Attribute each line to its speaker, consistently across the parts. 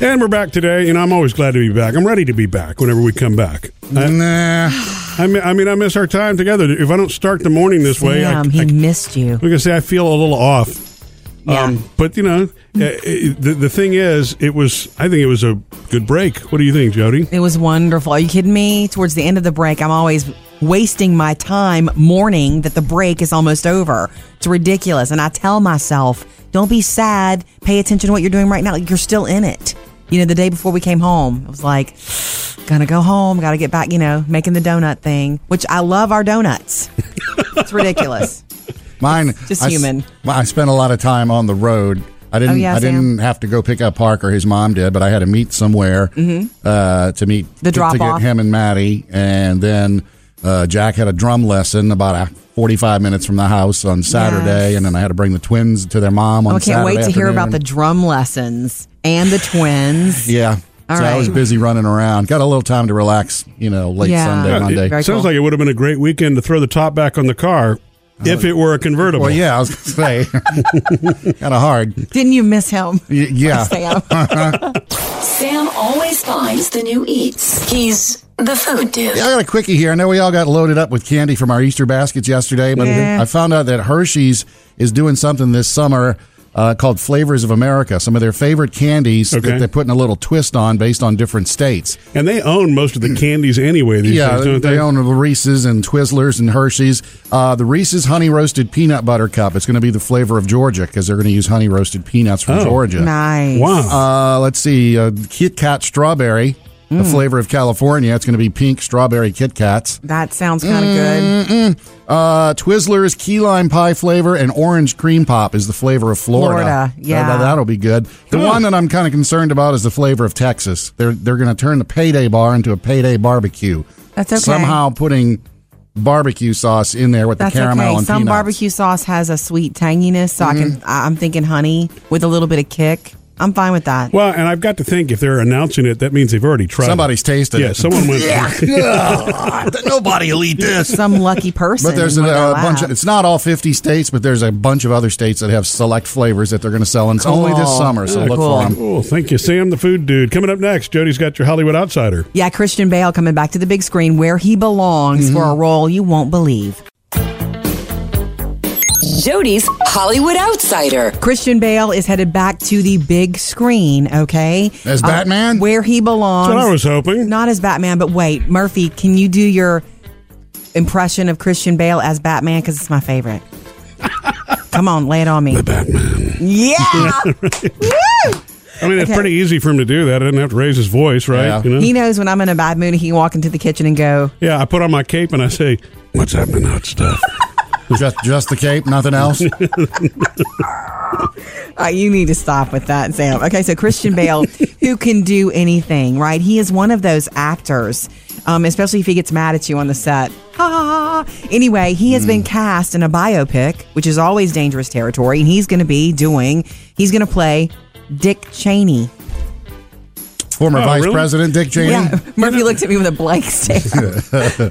Speaker 1: And we're back today, and I'm always glad to be back. I'm ready to be back whenever we come back. I,
Speaker 2: Nah.
Speaker 1: I, mean, I mean, I miss our time together. If I don't start the morning this way, I, I,
Speaker 3: Damn, he missed you.
Speaker 1: like I say, I feel a little off.
Speaker 3: Yeah.
Speaker 1: but you know, uh, uh, the the thing is, it was. I think it was a good break. What do you think, Jody?
Speaker 3: It was wonderful. Are you kidding me? Towards the end of the break, I'm always wasting my time mourning that the break is almost over. It's ridiculous. And I tell myself, don't be sad. Pay attention to what you're doing right now. Like, you're still in it. You know, the day before we came home, I was like, gonna go home, gotta get back, you know, making the donut thing, which I love our donuts. it's ridiculous.
Speaker 2: Mine
Speaker 3: just
Speaker 2: I s-
Speaker 3: human. Oh,
Speaker 2: well, I spent a lot of time on the road. I didn't.
Speaker 3: yeah,
Speaker 2: I
Speaker 3: Sam.
Speaker 2: didn't have to go pick up Parker. His mom did, but I had to meet somewhere uh, to meet
Speaker 3: Mm-hmm. The
Speaker 2: to- to,
Speaker 3: drop-off.
Speaker 2: get him and Maddie, and then uh, Jack had a drum lesson about uh, forty-five minutes from the house on Saturday,
Speaker 3: Yes. Oh,
Speaker 2: and then I had to bring the twins to their mom on.
Speaker 3: I can't wait to
Speaker 2: Saturday
Speaker 3: hear about the
Speaker 2: afternoon.
Speaker 3: drum lessons and the twins.
Speaker 2: Yeah.
Speaker 3: All
Speaker 2: so I was
Speaker 3: right.
Speaker 2: busy running around. Got a little time to relax, you know, late
Speaker 3: Yeah.
Speaker 2: Sunday,
Speaker 3: Yeah,
Speaker 2: Monday.
Speaker 3: Very
Speaker 1: It sounds
Speaker 3: cool.
Speaker 1: like it would have been a great weekend to throw the top back on the car if it were a convertible.
Speaker 2: Oh, Well, yeah, I was going to say, kind of hard. Y-
Speaker 3: Didn't you miss him?
Speaker 2: yeah.
Speaker 3: Sam.
Speaker 4: Sam always finds the new eats. He's the food dude.
Speaker 2: Yeah, I got a quickie here. I know we all got loaded up with candy from our Easter baskets yesterday, but
Speaker 3: Yeah.
Speaker 2: I found out that Hershey's is doing something this summer uh, called Flavors of America. Some of their favorite candies
Speaker 1: Okay.
Speaker 2: that they're putting a little twist on based on different states.
Speaker 1: and they own most of the candies anyway. These
Speaker 2: yeah,
Speaker 1: days, don't
Speaker 2: they,
Speaker 1: they?
Speaker 2: own Reese's and Twizzlers and Hershey's. Uh, the Reese's Honey Roasted Peanut Butter Cup. It's going to be the flavor of Georgia because they're going to use honey roasted peanuts from
Speaker 1: Oh.
Speaker 2: Georgia.
Speaker 3: nice.
Speaker 1: Wow.
Speaker 2: Uh, let's see, uh, Kit Kat Strawberry. The
Speaker 3: Mm.
Speaker 2: flavor of California. It's going to be pink strawberry Kit Kats.
Speaker 3: That sounds kind of
Speaker 2: Mm,
Speaker 3: good.
Speaker 2: Uh, Twizzlers key lime pie flavor and orange cream pop is the flavor of Florida.
Speaker 3: Florida, yeah.
Speaker 2: That- that'll be good. The
Speaker 1: Huh.
Speaker 2: one that I'm kind of concerned about is the flavor of Texas. They're they're going to turn the payday bar into a payday barbecue.
Speaker 3: That's okay.
Speaker 2: Somehow putting barbecue sauce in there with
Speaker 3: That's
Speaker 2: the caramel
Speaker 3: okay.
Speaker 2: and
Speaker 3: Some
Speaker 2: peanuts. Mm-hmm.
Speaker 3: barbecue sauce has a sweet tanginess, so I can. I, I'm thinking honey with a little bit of kick. I'm fine with that.
Speaker 1: well, and I've got to think if they're announcing it, that means they've already tried. it.
Speaker 2: Somebody's tasted
Speaker 1: Yeah,
Speaker 2: it.
Speaker 1: someone went.
Speaker 2: Ugh, nobody will eat this.
Speaker 3: Some lucky person.
Speaker 2: But there's a,
Speaker 3: in one of
Speaker 2: a
Speaker 3: their
Speaker 2: bunch of,
Speaker 3: labs.
Speaker 2: it's not all 50 states, but there's a bunch of other states that have select flavors that they're going to sell. And it's only this
Speaker 3: Cool.
Speaker 2: summer, so
Speaker 3: Yeah,
Speaker 2: look
Speaker 3: cool.
Speaker 2: for them.
Speaker 1: Oh, thank you, Sam, the food dude. Coming up next, Jody's got your Hollywood Outsider.
Speaker 3: yeah, Christian Bale coming back to the big screen where he belongs
Speaker 2: Mm-hmm.
Speaker 3: for a role you won't believe.
Speaker 4: Jody's Hollywood Outsider.
Speaker 3: Christian Bale is headed back to the big screen. Okay, Uh,
Speaker 2: As Batman?
Speaker 3: where he belongs.
Speaker 1: That's what I was hoping.
Speaker 3: Not as Batman, but wait, Murphy, can you do your impression of Christian Bale as Batman? Because it's my favorite. Come on, lay it on me. The Batman. Yeah. Woo!
Speaker 1: I mean, it's
Speaker 3: Okay.
Speaker 1: pretty easy for him to do that. I didn't have to raise his voice, right?
Speaker 2: Yeah.
Speaker 1: You know?
Speaker 3: He knows when I'm in a bad mood. He can walk into the kitchen and go,
Speaker 1: yeah, I put on my cape and I say, "What's happening, hot stuff?"
Speaker 2: Just, just the cape, nothing else.
Speaker 3: Uh, you need to stop with that, Sam. Okay, so Christian Bale, who can do anything, right? He is one of those actors, um, especially if he gets mad at you on the set. Ah. Anyway, he has been cast in a biopic, which is always dangerous territory, and he's going to be doing, he's going to play Dick Cheney.
Speaker 2: Former
Speaker 1: Oh,
Speaker 2: Vice
Speaker 1: really?
Speaker 2: President Dick Cheney.
Speaker 3: Yeah, Murphy looked at me with a blank stare.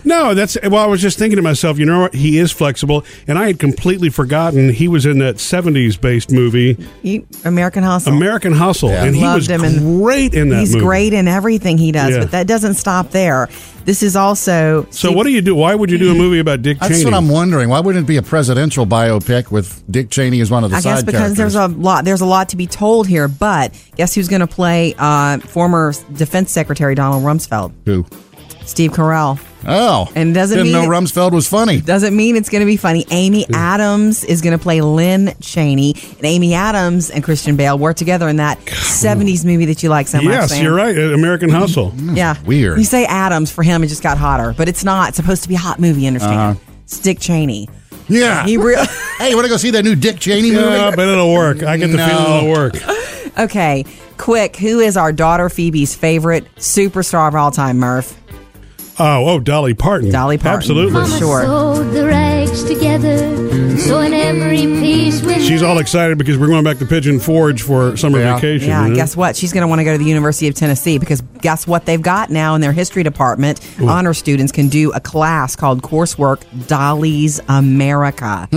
Speaker 1: no, that's well. I was just thinking to myself, you know what? He is flexible, and I had completely forgotten he was in that '70s based movie,
Speaker 3: You- American Hustle.
Speaker 1: American Hustle,
Speaker 2: Yeah.
Speaker 1: and he
Speaker 3: Loved
Speaker 1: was
Speaker 3: him in-
Speaker 1: great in that.
Speaker 3: He's
Speaker 1: movie.
Speaker 3: great in everything he does,
Speaker 1: Yeah.
Speaker 3: but that doesn't stop there. This is also
Speaker 1: So what do you do? Why would you do a movie about Dick
Speaker 2: That's
Speaker 1: Cheney?
Speaker 2: what I'm wondering. Why wouldn't it be a presidential biopic with Dick Cheney as one of the
Speaker 3: I
Speaker 2: side
Speaker 3: guess because
Speaker 2: characters?
Speaker 3: there's a lot there's a lot to be told here, but guess who's going to play uh, former Defense Secretary Donald Rumsfeld,
Speaker 2: Who?
Speaker 3: Steve Carell.
Speaker 2: Oh.
Speaker 3: And doesn't
Speaker 2: Didn't
Speaker 3: mean-
Speaker 2: know Rumsfeld was funny.
Speaker 3: Doesn't mean it's going to be funny. Amy Adams is going to play Lynn Cheney, and Amy Adams and Christian Bale were together in that '70s movie that you like so much.
Speaker 1: yes,
Speaker 3: Sam.
Speaker 1: you're right. uh, American Hustle.
Speaker 3: Yeah,
Speaker 2: Weird.
Speaker 3: You say Adams for him, it just got hotter, but it's not it's supposed to be a hot movie. You understand? It's Dick Cheney.
Speaker 2: Yeah.
Speaker 3: He real.
Speaker 2: hey, you want to go see that new Dick Cheney movie?
Speaker 1: Yeah, but it'll work. I get the
Speaker 2: No.
Speaker 1: feeling it'll work.
Speaker 3: okay, quick. Who is our daughter Phoebe's favorite superstar of all time? Murph.
Speaker 1: Oh, oh, Dolly Parton.
Speaker 3: Dolly Parton.
Speaker 1: Absolutely.
Speaker 3: For
Speaker 5: Mama
Speaker 3: sure.
Speaker 5: sewed the rags together, so in every piece we
Speaker 1: She's all excited because we're going back to Pigeon Forge for summer
Speaker 2: Yeah.
Speaker 1: vacation.
Speaker 3: Yeah,
Speaker 1: you know?
Speaker 3: guess what? She's going to want to go to the University of Tennessee because guess what they've got now in their history department? Honor students can do a class called coursework Dolly's
Speaker 1: Hmm.
Speaker 3: America.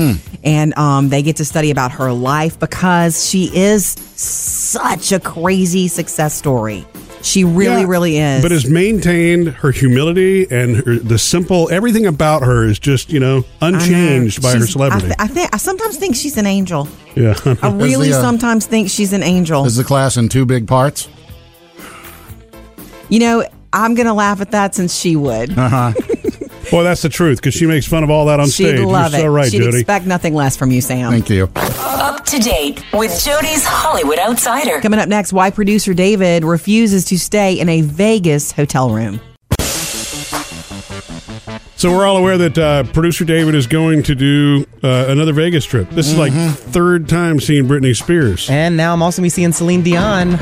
Speaker 3: And um, they get to study about her life because she is such a crazy success story. She really,
Speaker 1: Yeah.
Speaker 3: really is.
Speaker 1: But has maintained her humility and her, the simple everything about her is just you know
Speaker 3: I know.
Speaker 1: unchanged by her
Speaker 3: She's-
Speaker 1: celebrity.
Speaker 3: I, th- I think I sometimes think she's an angel.
Speaker 1: yeah,
Speaker 3: I really
Speaker 2: the, uh,
Speaker 3: sometimes think she's an angel.
Speaker 2: Is the class in two big parts?
Speaker 3: You know, I'm gonna laugh at that since she would.
Speaker 1: boy, that's the truth because she makes fun of all that on
Speaker 3: She'd
Speaker 1: stage.
Speaker 3: love
Speaker 1: You're
Speaker 3: it.
Speaker 1: so right,
Speaker 3: She'd
Speaker 1: Jody.
Speaker 3: expect nothing less from you, Sam.
Speaker 2: Thank you.
Speaker 4: Up to date with Jody's Hollywood Outsider.
Speaker 3: Coming up next, why producer David refuses to stay in a Vegas hotel room.
Speaker 1: so we're all aware that uh, producer David is going to do uh, another Vegas trip. This is like
Speaker 3: Mm-hmm.
Speaker 1: third time seeing Britney Spears.
Speaker 6: And now I'm also gonna be seeing Celine Dion.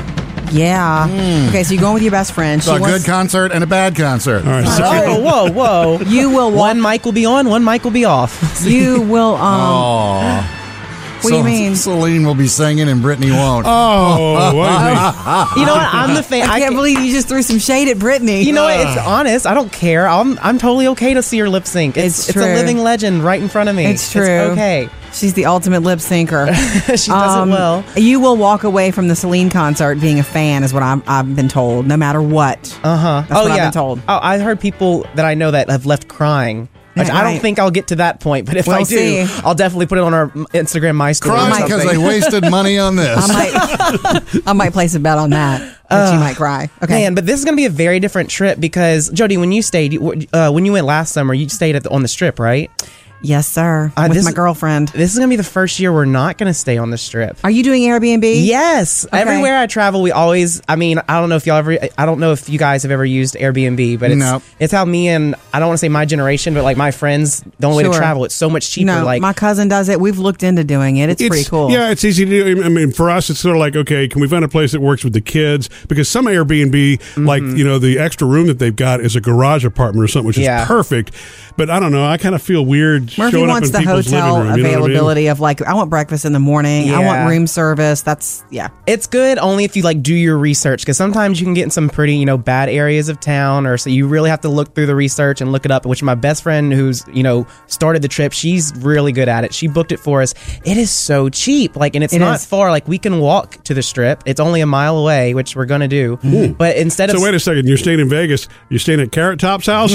Speaker 3: Yeah. Okay, so you're going with your best friend.
Speaker 2: So a
Speaker 3: wants-
Speaker 2: good concert and a bad concert.
Speaker 1: all right, so-
Speaker 6: Whoa, whoa, whoa.
Speaker 3: You will walk-
Speaker 6: One mic will be on, one mic will be off.
Speaker 3: you will. Um, what do
Speaker 2: So
Speaker 3: you mean?
Speaker 2: Celine will be singing and Brittany won't.
Speaker 1: oh, what do you mean?
Speaker 6: You know what? I'm the fan.
Speaker 3: I can't
Speaker 6: ca-
Speaker 3: believe you just threw some shade at Brittany.
Speaker 6: You know what? It's honest. I don't care. I'm I'm totally okay to see her lip sync. It's
Speaker 3: It's
Speaker 6: a
Speaker 3: true.
Speaker 6: living legend right in front of me.
Speaker 3: it's true.
Speaker 6: okay.
Speaker 3: She's the ultimate lip syncer.
Speaker 6: she does
Speaker 3: Um,
Speaker 6: it well.
Speaker 3: You will walk away from the Celine concert being a fan, is what I'm, I've been told, no matter what. Uh huh. That's
Speaker 6: oh
Speaker 3: what
Speaker 6: yeah.
Speaker 3: I've been told.
Speaker 6: Oh, I heard people that I know that have left crying. Which I
Speaker 3: right.
Speaker 6: don't think I'll get to that point, but if I
Speaker 3: We'll
Speaker 6: do,
Speaker 3: see.
Speaker 6: I'll definitely put it on our Instagram, my story. or
Speaker 2: Crying because
Speaker 6: something.
Speaker 2: they wasted money on this.
Speaker 3: I might, I might place a bet on that. That you might cry. Okay.
Speaker 6: Uh, Man, but this is going to be a very different trip because Jody, when you stayed, you- uh, when you went last summer, you stayed at the, on the strip, right?
Speaker 3: yes, sir.
Speaker 6: Uh,
Speaker 3: With
Speaker 6: this-
Speaker 3: my girlfriend.
Speaker 6: This is going to be the first year we're not going to stay on the strip.
Speaker 3: Are you doing Airbnb?
Speaker 6: Yes,
Speaker 3: Okay.
Speaker 6: everywhere I travel, we always. I mean, I don't know if y'all ever. I don't know if you guys have ever used Airbnb, but it's
Speaker 2: No.
Speaker 6: it's how me and I don't want to say my generation, but like my friends, the only way
Speaker 3: Sure.
Speaker 6: to travel, it's so much cheaper.
Speaker 3: No,
Speaker 6: like
Speaker 3: my cousin does it. We've looked into doing it. It's, pretty cool.
Speaker 1: Yeah, it's easy to do. I mean, for us, it's sort of like, okay, can we find a place that works with the kids? Because some Airbnb, like,
Speaker 3: Mm-hmm.
Speaker 1: you know, the extra room that they've got is a garage apartment or something, which
Speaker 6: Yeah.
Speaker 1: is perfect. But I don't know. I kind of feel weird
Speaker 3: Murphy
Speaker 1: showing
Speaker 3: wants
Speaker 1: up in
Speaker 3: the
Speaker 1: people's
Speaker 3: hotel
Speaker 1: living room.
Speaker 3: availability
Speaker 1: You know what I mean?
Speaker 3: of like, I want breakfast in the morning. I
Speaker 6: Yeah.
Speaker 3: want room service. That's, yeah.
Speaker 6: it's good only if you like do your research because sometimes you can get in some pretty you know bad areas of town or so you really have to look through the research and look it up which my best friend who's you know started the trip she's really good at it she booked it for us it is so cheap like and it's
Speaker 3: It
Speaker 6: not
Speaker 3: is.
Speaker 6: far like we can walk to the strip it's only a mile away which we're gonna do Mm-hmm. but instead of
Speaker 1: So wait a second. You're staying in Vegas. You're staying at Carrot Top's house.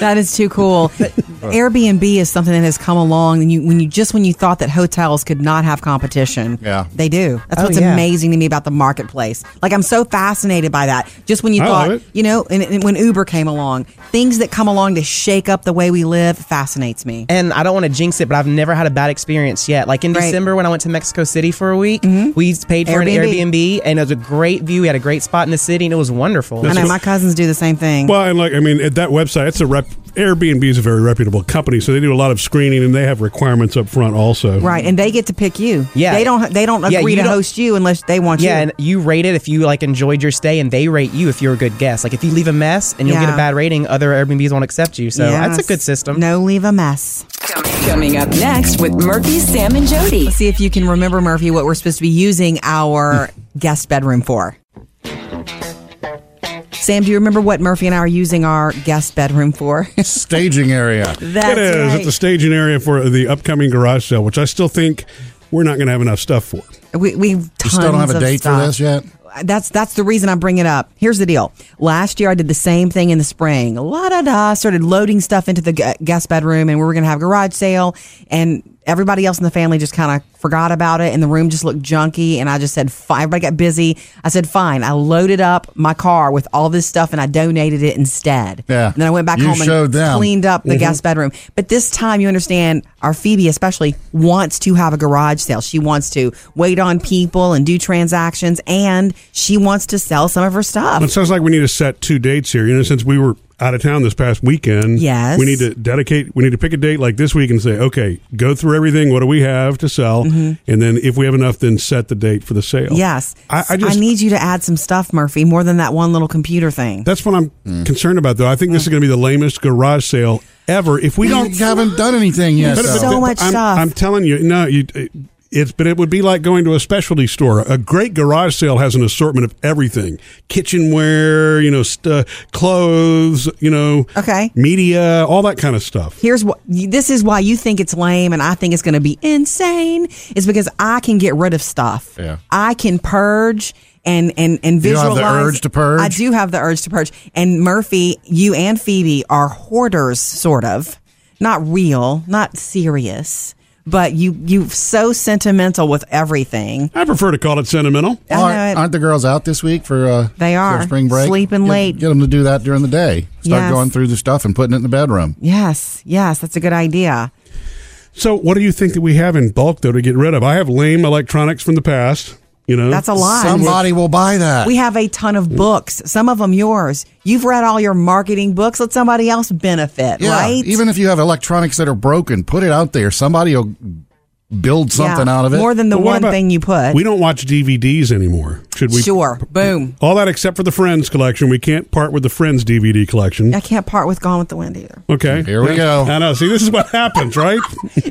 Speaker 3: That is too cool. Airbnb is something that has come along, and you when you just when you thought that hotels could not have competition,
Speaker 2: Yeah.
Speaker 3: they do. That's
Speaker 6: Oh,
Speaker 3: what's
Speaker 6: yeah.
Speaker 3: amazing to me about the marketplace. Like I'm so fascinated by that. Just when you
Speaker 1: I love
Speaker 3: thought,
Speaker 1: it.
Speaker 3: you know, and, and when Uber came along, things that come along to shake up the way we live fascinates me.
Speaker 6: and I don't want to jinx it, but I've never had a bad experience yet. Like in
Speaker 3: Right. Mm-hmm.
Speaker 6: December when I went to Mexico City for a week, we paid for an
Speaker 3: Airbnb.
Speaker 6: Airbnb and it was a great view. We had a great spot in the city and it was wonderful.
Speaker 3: I know my cousins do the same thing.
Speaker 1: Well, and like I mean, at that website, it's a rep. Airbnb is a very reputable company, so they do a lot of screening and they have requirements up front also.
Speaker 3: Right, and they get to pick you.
Speaker 6: Yeah.
Speaker 3: they don't. They don't
Speaker 6: Yeah,
Speaker 3: agree
Speaker 6: you
Speaker 3: to
Speaker 6: don't-
Speaker 3: host you unless they want
Speaker 6: Yeah,
Speaker 3: you.
Speaker 6: and you rate it if you like enjoyed your stay, and they rate you if you're a good guest. Like if you leave a mess and you'll get
Speaker 3: Yeah.
Speaker 6: a bad rating, other Airbnbs won't accept you. So that's
Speaker 3: Yes.
Speaker 6: a good system.
Speaker 3: No, leave a mess.
Speaker 4: Coming up next with Murphy, Sam, and Jody.
Speaker 3: See if you can remember, Murphy, what we're supposed to be using our guest bedroom for. Sam, do you remember what Murphy and I are using our guest bedroom for?
Speaker 2: Staging area.
Speaker 3: That's
Speaker 1: It is at the staging area for the upcoming garage sale, which I still think we're not going to have enough stuff for.
Speaker 3: We, we have tons
Speaker 2: You still don't have a
Speaker 3: of
Speaker 2: date
Speaker 3: stuff.
Speaker 2: for this yet?
Speaker 3: That's that's the reason I bring it up. Here's the deal. Last year I did the same thing in the spring. La da da. Started loading stuff into the gu- guest bedroom, and we were gonna have a garage sale, and everybody else in the family just kind of forgot about it, and the room just looked junky. And I just said, fine. Everybody got busy. I said, fine. I loaded up my car with all this stuff, and I donated it instead.
Speaker 2: Yeah.
Speaker 3: And then I went back
Speaker 2: You
Speaker 3: home and
Speaker 2: showed them.
Speaker 3: cleaned up the
Speaker 1: Mm-hmm.
Speaker 3: guest bedroom. But this time, you understand, our Phoebe especially wants to have a garage sale. She wants to wait on people and do transactions, and she wants to sell some of her
Speaker 1: It
Speaker 3: stuff.
Speaker 1: sounds like we need to set two dates here. You know, since we were out of town this past weekend,
Speaker 3: Yes.
Speaker 1: we need to dedicate. We need to pick a date like this week and say, okay, go through everything. What do we have to sell? And then if we have enough, then set the date for the sale.
Speaker 3: Mm-hmm. Yes.
Speaker 1: I, I just.
Speaker 3: need you to add some stuff, Murphy, more than that one little computer thing.
Speaker 1: that's what I'm concerned about, though. I think
Speaker 3: Uh.
Speaker 1: this is going to be the lamest garage sale ever. If we
Speaker 2: You
Speaker 1: don't
Speaker 2: haven't done anything yet.
Speaker 1: But-
Speaker 2: though.
Speaker 1: but-
Speaker 3: So much
Speaker 1: I'm,
Speaker 3: stuff.
Speaker 1: I'm telling you, no, you. It's but it would be like going to a specialty store. A great garage sale has an assortment of everything: kitchenware, you know, st- clothes, you know,
Speaker 3: Okay.
Speaker 1: media, all that kind of stuff.
Speaker 3: Here's what this is why you think it's lame and I think it's going to be insane is because I can get rid of stuff.
Speaker 2: Yeah.
Speaker 3: I can purge and and and
Speaker 2: You don't
Speaker 3: visualize.
Speaker 2: have the urge to purge?
Speaker 3: I do have the urge to purge. And Murphy, you and Phoebe are hoarders sort of. Not real, not serious, but you you so sentimental with everything.
Speaker 1: I prefer to call it sentimental.
Speaker 3: I know
Speaker 2: aren't,
Speaker 3: it.
Speaker 2: aren't the girls out this week for uh,
Speaker 3: They
Speaker 2: for
Speaker 3: are.
Speaker 2: spring break?
Speaker 3: Sleeping
Speaker 2: Get-
Speaker 3: late.
Speaker 2: Get them to do that during the day. Start
Speaker 3: Yes.
Speaker 2: going through the stuff and putting it in the bedroom.
Speaker 3: Yes, yes, that's a good idea.
Speaker 1: So, what do you think that we have in bulk though to get rid of? I have lame electronics from the past. You know,
Speaker 3: That's a lot.
Speaker 2: Somebody will buy that.
Speaker 3: We have a ton of books, some of them yours. You've read all your marketing books. Let somebody else benefit,
Speaker 2: yeah.
Speaker 3: right?
Speaker 2: Even if you have electronics that are broken, put it out there. Somebody will build
Speaker 3: Yeah,
Speaker 2: something out of it.
Speaker 3: More than the
Speaker 1: But what
Speaker 3: one
Speaker 1: about-
Speaker 3: thing you put.
Speaker 1: We don't watch DVDs anymore. Should we?
Speaker 3: sure. Boom.
Speaker 1: All that except for the Friends collection. We can't part with the Friends DVD collection.
Speaker 3: I can't part with Gone with the Wind either.
Speaker 1: Okay.
Speaker 2: Here we go.
Speaker 1: I know. See, this is what happens, right?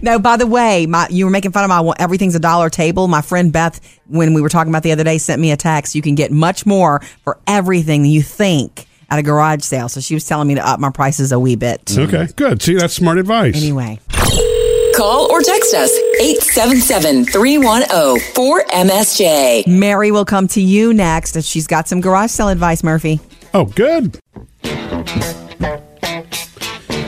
Speaker 3: No, by the way, my you were making fun of my well, everything's a dollar table. My friend Beth, when we were talking about the other day, sent me a text. You can get much more for everything you think at a garage sale. So she was telling me to up my prices a wee bit.
Speaker 2: Mm.
Speaker 1: okay. Good. See, that's smart advice.
Speaker 3: Anyway,
Speaker 4: Call or text us 877 310 4MSJ.
Speaker 3: Mary will come to you next, and she's got some garage sale advice. Murphy.
Speaker 1: Oh, good.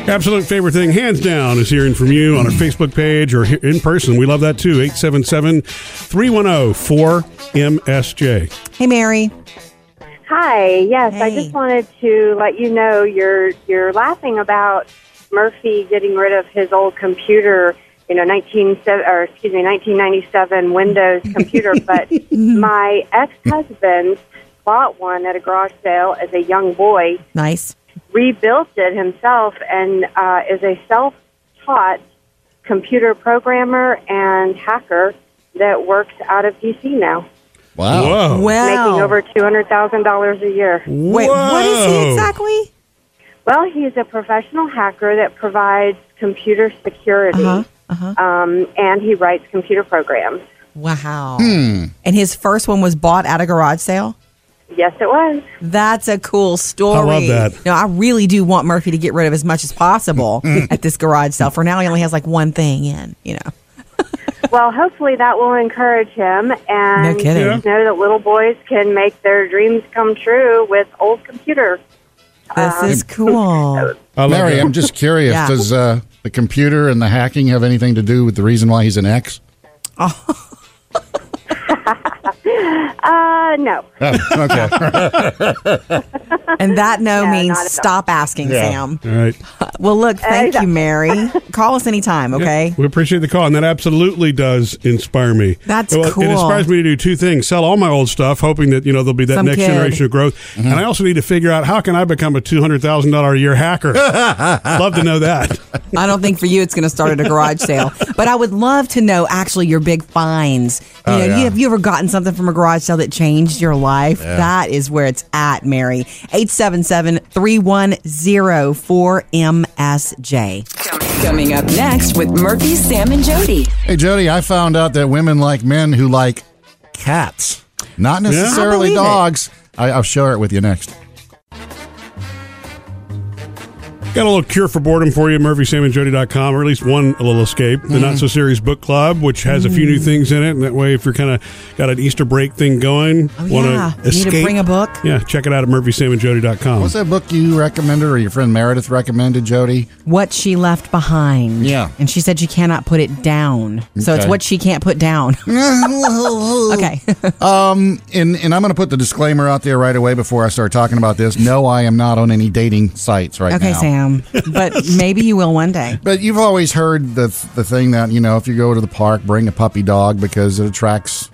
Speaker 1: Absolute favorite thing, hands down, is hearing from you on our Facebook page or he- in person. We love that too. 877 310 4MSJ.
Speaker 3: Hey, Mary.
Speaker 7: Hi. Yes, I
Speaker 3: Hey.
Speaker 7: just wanted to let you know you're you're laughing about Murphy getting rid of his old computer, you know, 19 se- or excuse me, 1997 Windows computer, but my ex-husband bought one at a garage sale as a young boy,
Speaker 3: Nice.
Speaker 7: rebuilt it himself and uh, is a self-taught computer programmer and hacker that works out of DC now,
Speaker 2: wow.
Speaker 1: Whoa.
Speaker 3: Well,
Speaker 7: making over $200,000 a year.
Speaker 3: wait, what is he
Speaker 1: Whoa.
Speaker 3: exactly?
Speaker 7: Well, he's a professional hacker that provides computer security,
Speaker 3: Uh-huh,
Speaker 7: Um, and he writes computer programs.
Speaker 3: Wow.
Speaker 7: Hmm.
Speaker 3: And his first one was bought at a garage sale.
Speaker 7: Yes, it was.
Speaker 3: That's a cool story.
Speaker 1: I love that.
Speaker 3: No, I really do want Murphy to get rid of as much as possible
Speaker 7: Mm-hmm.
Speaker 3: at this garage sale. For now, he only has like one thing in, you know.
Speaker 7: Well, hopefully that will encourage him and
Speaker 3: No kidding. Yeah.
Speaker 7: know that little boys can make their dreams come true with old computers.
Speaker 3: This
Speaker 7: Uh-huh.
Speaker 3: is cool.
Speaker 1: I love
Speaker 2: Mary,
Speaker 1: that.
Speaker 2: I'm just curious.
Speaker 3: Yeah.
Speaker 2: Does uh, the computer and the hacking have anything to do with the reason why he's an ex?
Speaker 7: Uh, no.
Speaker 2: Oh, okay.
Speaker 3: And that no
Speaker 7: Yeah,
Speaker 3: means
Speaker 7: not at all.
Speaker 3: stop asking, Sam.
Speaker 1: All right.
Speaker 3: Well, look, thank you, Mary. Call us anytime, okay?
Speaker 1: We appreciate the call, and that absolutely does inspire me.
Speaker 3: That's cool.
Speaker 1: It inspires me to do two things: sell all my old stuff, hoping that you know there'll be that
Speaker 3: Some
Speaker 1: next
Speaker 3: kid.
Speaker 1: generation of growth, and I also need to figure out how can I become a two hundred thousand dollar a year hacker. Love to know that.
Speaker 3: I don't think for you it's going to start at a garage sale, but I would love to know actually your big finds. You know,
Speaker 2: Oh, yeah.
Speaker 3: you, have you ever gotten something from a garage sale that changed your life? That is where it's at, Mary. 877 310 4MSJ.
Speaker 4: Coming up next with Murphy, Sam, and Jody.
Speaker 2: Hey, Jody, I found out that women like men who like cats, not necessarily
Speaker 3: I believe it.
Speaker 2: dogs. I, I'll share it with you next.
Speaker 1: Got a little cure for boredom for you, MurphySamandJody.com, or at least one little escape. The Not So Serious Book Club, which has a few
Speaker 3: Mm.
Speaker 1: new things in it. And that way, if you're kind of got an Easter break thing going,
Speaker 3: Oh,
Speaker 1: wanna
Speaker 3: yeah. You need to
Speaker 1: escape,
Speaker 3: bring a book?
Speaker 1: Yeah, check it out at MurphySamandJody.com.
Speaker 2: What's that book you recommended or your friend Meredith recommended, Jody?
Speaker 3: What she left behind.
Speaker 2: Yeah.
Speaker 3: And she said she cannot put it down. So it's
Speaker 2: Okay.
Speaker 3: what she can't put down.
Speaker 2: okay.
Speaker 3: okay.
Speaker 2: And, and I'm going to put the disclaimer out there right away before I start talking about this. No, I am not on any dating sites right
Speaker 3: okay,
Speaker 2: now.
Speaker 3: Sam. But maybe you will one day.
Speaker 2: But you've always heard the, the thing that, you know, if you go to the park, bring a puppy dog because it attracts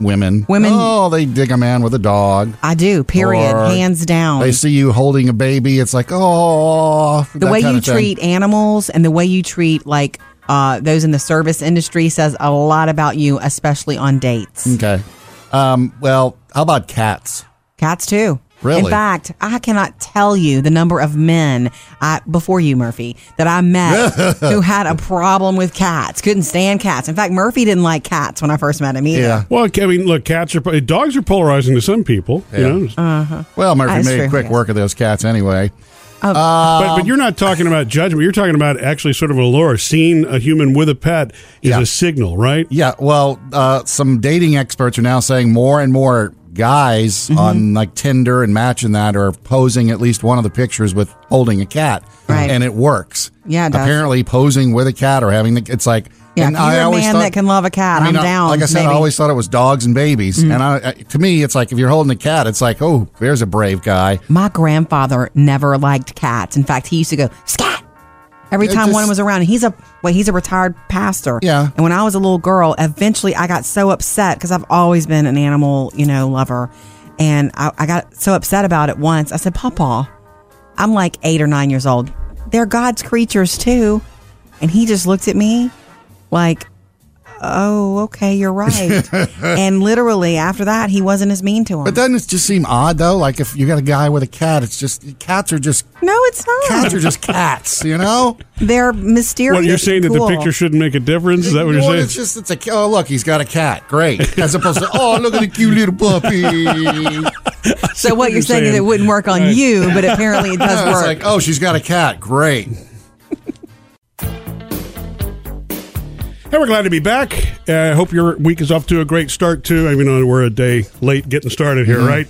Speaker 2: women.
Speaker 3: Women-
Speaker 2: Oh, they dig a man with a dog.
Speaker 3: I do, period.
Speaker 2: Or
Speaker 3: Hands down.
Speaker 2: They see you holding a baby. It's like, oh,
Speaker 3: the way you treat animals and the way you treat like uh, those in the service industry says a lot about you,
Speaker 2: Mm.
Speaker 3: especially on dates.
Speaker 2: Okay. Um, well, how about cats?
Speaker 3: Cats too.
Speaker 2: Really?
Speaker 3: In fact, I cannot tell you the number of men I before you, Murphy, that I met who had a problem with cats, couldn't stand cats. In fact, Murphy didn't like cats when I first met him either.
Speaker 2: Yeah.
Speaker 1: Well, I mean, look, cats are dogs are polarizing to some people.
Speaker 2: Yeah.
Speaker 1: You know,
Speaker 3: Uh.
Speaker 2: Well, Murphy
Speaker 3: That's
Speaker 2: made
Speaker 3: true,
Speaker 2: quick
Speaker 3: yes.
Speaker 2: work of those cats anyway.
Speaker 1: but, but you're not talking about judgment. You're talking about actually sort of a lure. Seeing a human with a pet is
Speaker 2: Yeah.
Speaker 1: a signal, right?
Speaker 2: Yeah, well, uh, some dating experts are now saying more and more guys
Speaker 3: Mm-hmm.
Speaker 2: on like Tinder and Match and that are posing at least one of the pictures with holding a cat,
Speaker 3: Right.
Speaker 2: and it works.
Speaker 3: Yeah, it does.
Speaker 2: Apparently, posing with a cat or having the it's like
Speaker 3: Yeah,
Speaker 2: and
Speaker 3: if you're a man that can love a cat, I'm down, Mm-hmm.
Speaker 2: Like I said, I
Speaker 3: maybe.
Speaker 2: always thought it was dogs and babies, and I, I- to me, it's like if you're holding a cat, it's like oh, there's a brave guy.
Speaker 3: My grandfather never liked cats. In fact, he used to go scat every
Speaker 2: It
Speaker 3: time
Speaker 2: just-
Speaker 3: one was around. And he's a well, he's a retired pastor.
Speaker 2: Yeah.
Speaker 3: And when I was a little girl, eventually I got so upset because I've always been an animal, you know, lover, and I, I got so upset about it once. I said, "Papa, I'm like eight or nine years old. They're God's creatures too." And he just looked at me like, "Oh, okay, you're right." and literally after that, he wasn't as mean to him.
Speaker 2: But doesn't it just seem odd though? Like if you got a guy with a cat, it's just cats are just
Speaker 3: no, it's not.
Speaker 2: cats are just cats, you know.
Speaker 3: They're mysterious.
Speaker 1: What you're saying that
Speaker 3: Cool.
Speaker 1: the picture shouldn't make a difference? Is that what you're
Speaker 2: Well,
Speaker 1: saying?
Speaker 2: It's just it's a oh look, he's got a cat. Great. As opposed to oh look at the cute little puppy.
Speaker 3: So what you're saying, is it
Speaker 1: saying.
Speaker 3: wouldn't work on
Speaker 1: Right.
Speaker 3: you, but apparently it does
Speaker 2: it's
Speaker 3: work.
Speaker 2: like oh she's got a cat. Great.
Speaker 1: Hey, we're glad to be back. Uh, I hope your week is off to a great start, too. Even though we're a day late getting started
Speaker 2: Mm-hmm.
Speaker 1: here, right?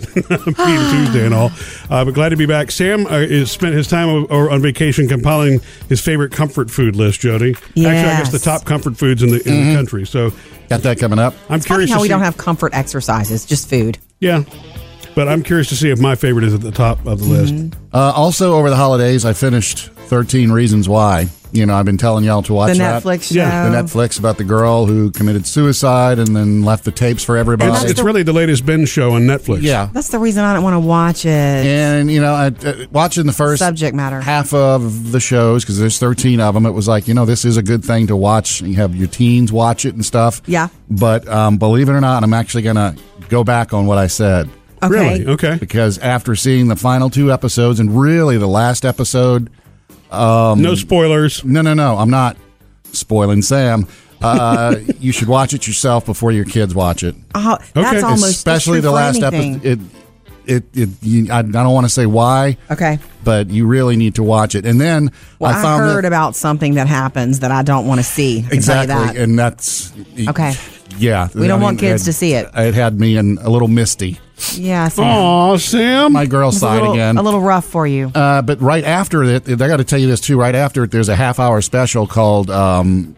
Speaker 1: Being Tuesday and all. Uh, but glad to be back. Sam uh, is spent his time o- or on vacation compiling his favorite comfort food list, Jody. Actually, I guess
Speaker 3: Yes.
Speaker 1: the top comfort foods in the, in
Speaker 2: Mm-hmm.
Speaker 1: the country. So
Speaker 2: Got that coming up.
Speaker 1: I'm
Speaker 3: Funny
Speaker 1: curious
Speaker 3: how
Speaker 1: to
Speaker 3: we
Speaker 1: see-
Speaker 3: don't have comfort exercises, just food.
Speaker 1: Yeah. But I'm curious to see if my favorite is at the top of the
Speaker 3: Mm-hmm.
Speaker 1: list.
Speaker 2: Uh, also over the holidays I finished Thirteen Reasons Why. You know, I've been telling y'all to watch
Speaker 3: the
Speaker 2: that.
Speaker 3: Netflix show.
Speaker 1: Yeah,
Speaker 2: The Netflix about the girl who committed suicide and then left the tapes for everybody.
Speaker 1: It's, it's really the latest binge show on Netflix.
Speaker 2: yeah.
Speaker 3: That's the reason I don't want to watch it.
Speaker 2: And you know, I, uh, watching the first
Speaker 3: Subject matter.
Speaker 2: half of the shows because there's 13 of them, it was like you know this is a good thing to watch. You have your teens watch it and stuff.
Speaker 3: Yeah.
Speaker 2: But um, believe it or not, I'm actually gonna go back on what I said
Speaker 3: Okay. Uh,
Speaker 1: Really? Okay.
Speaker 2: because after seeing the final two episodes and really the last episode,
Speaker 1: no spoilers.
Speaker 2: no, no, no, I'm not spoiling Sam. Uh, you should watch it yourself before your kids watch it.
Speaker 3: Oh, that's
Speaker 1: Okay.
Speaker 3: almost
Speaker 2: especially
Speaker 3: it's
Speaker 2: the
Speaker 3: true for
Speaker 2: last
Speaker 3: anything.
Speaker 2: episode. It, it, it. You, I, I don't want to say why.
Speaker 3: Okay.
Speaker 2: but you really need to watch it. And then
Speaker 3: Well,
Speaker 2: I
Speaker 3: I,
Speaker 2: found
Speaker 3: heard
Speaker 2: that-
Speaker 3: about something that happens that I don't want to see. I can tell you
Speaker 2: exactly,
Speaker 3: that.
Speaker 2: and that's
Speaker 3: Okay.
Speaker 2: Yeah,
Speaker 3: We don't want kids
Speaker 2: it-
Speaker 3: to see it.
Speaker 2: It had me in a little misty.
Speaker 3: yeah. Sam.
Speaker 1: Aw, Sam.
Speaker 2: My girl
Speaker 3: It's a
Speaker 2: side
Speaker 3: little-
Speaker 2: again.
Speaker 3: A little rough for you.
Speaker 2: Uh, but right after it, I got to tell you this too. Right after it, there's a half hour special called um,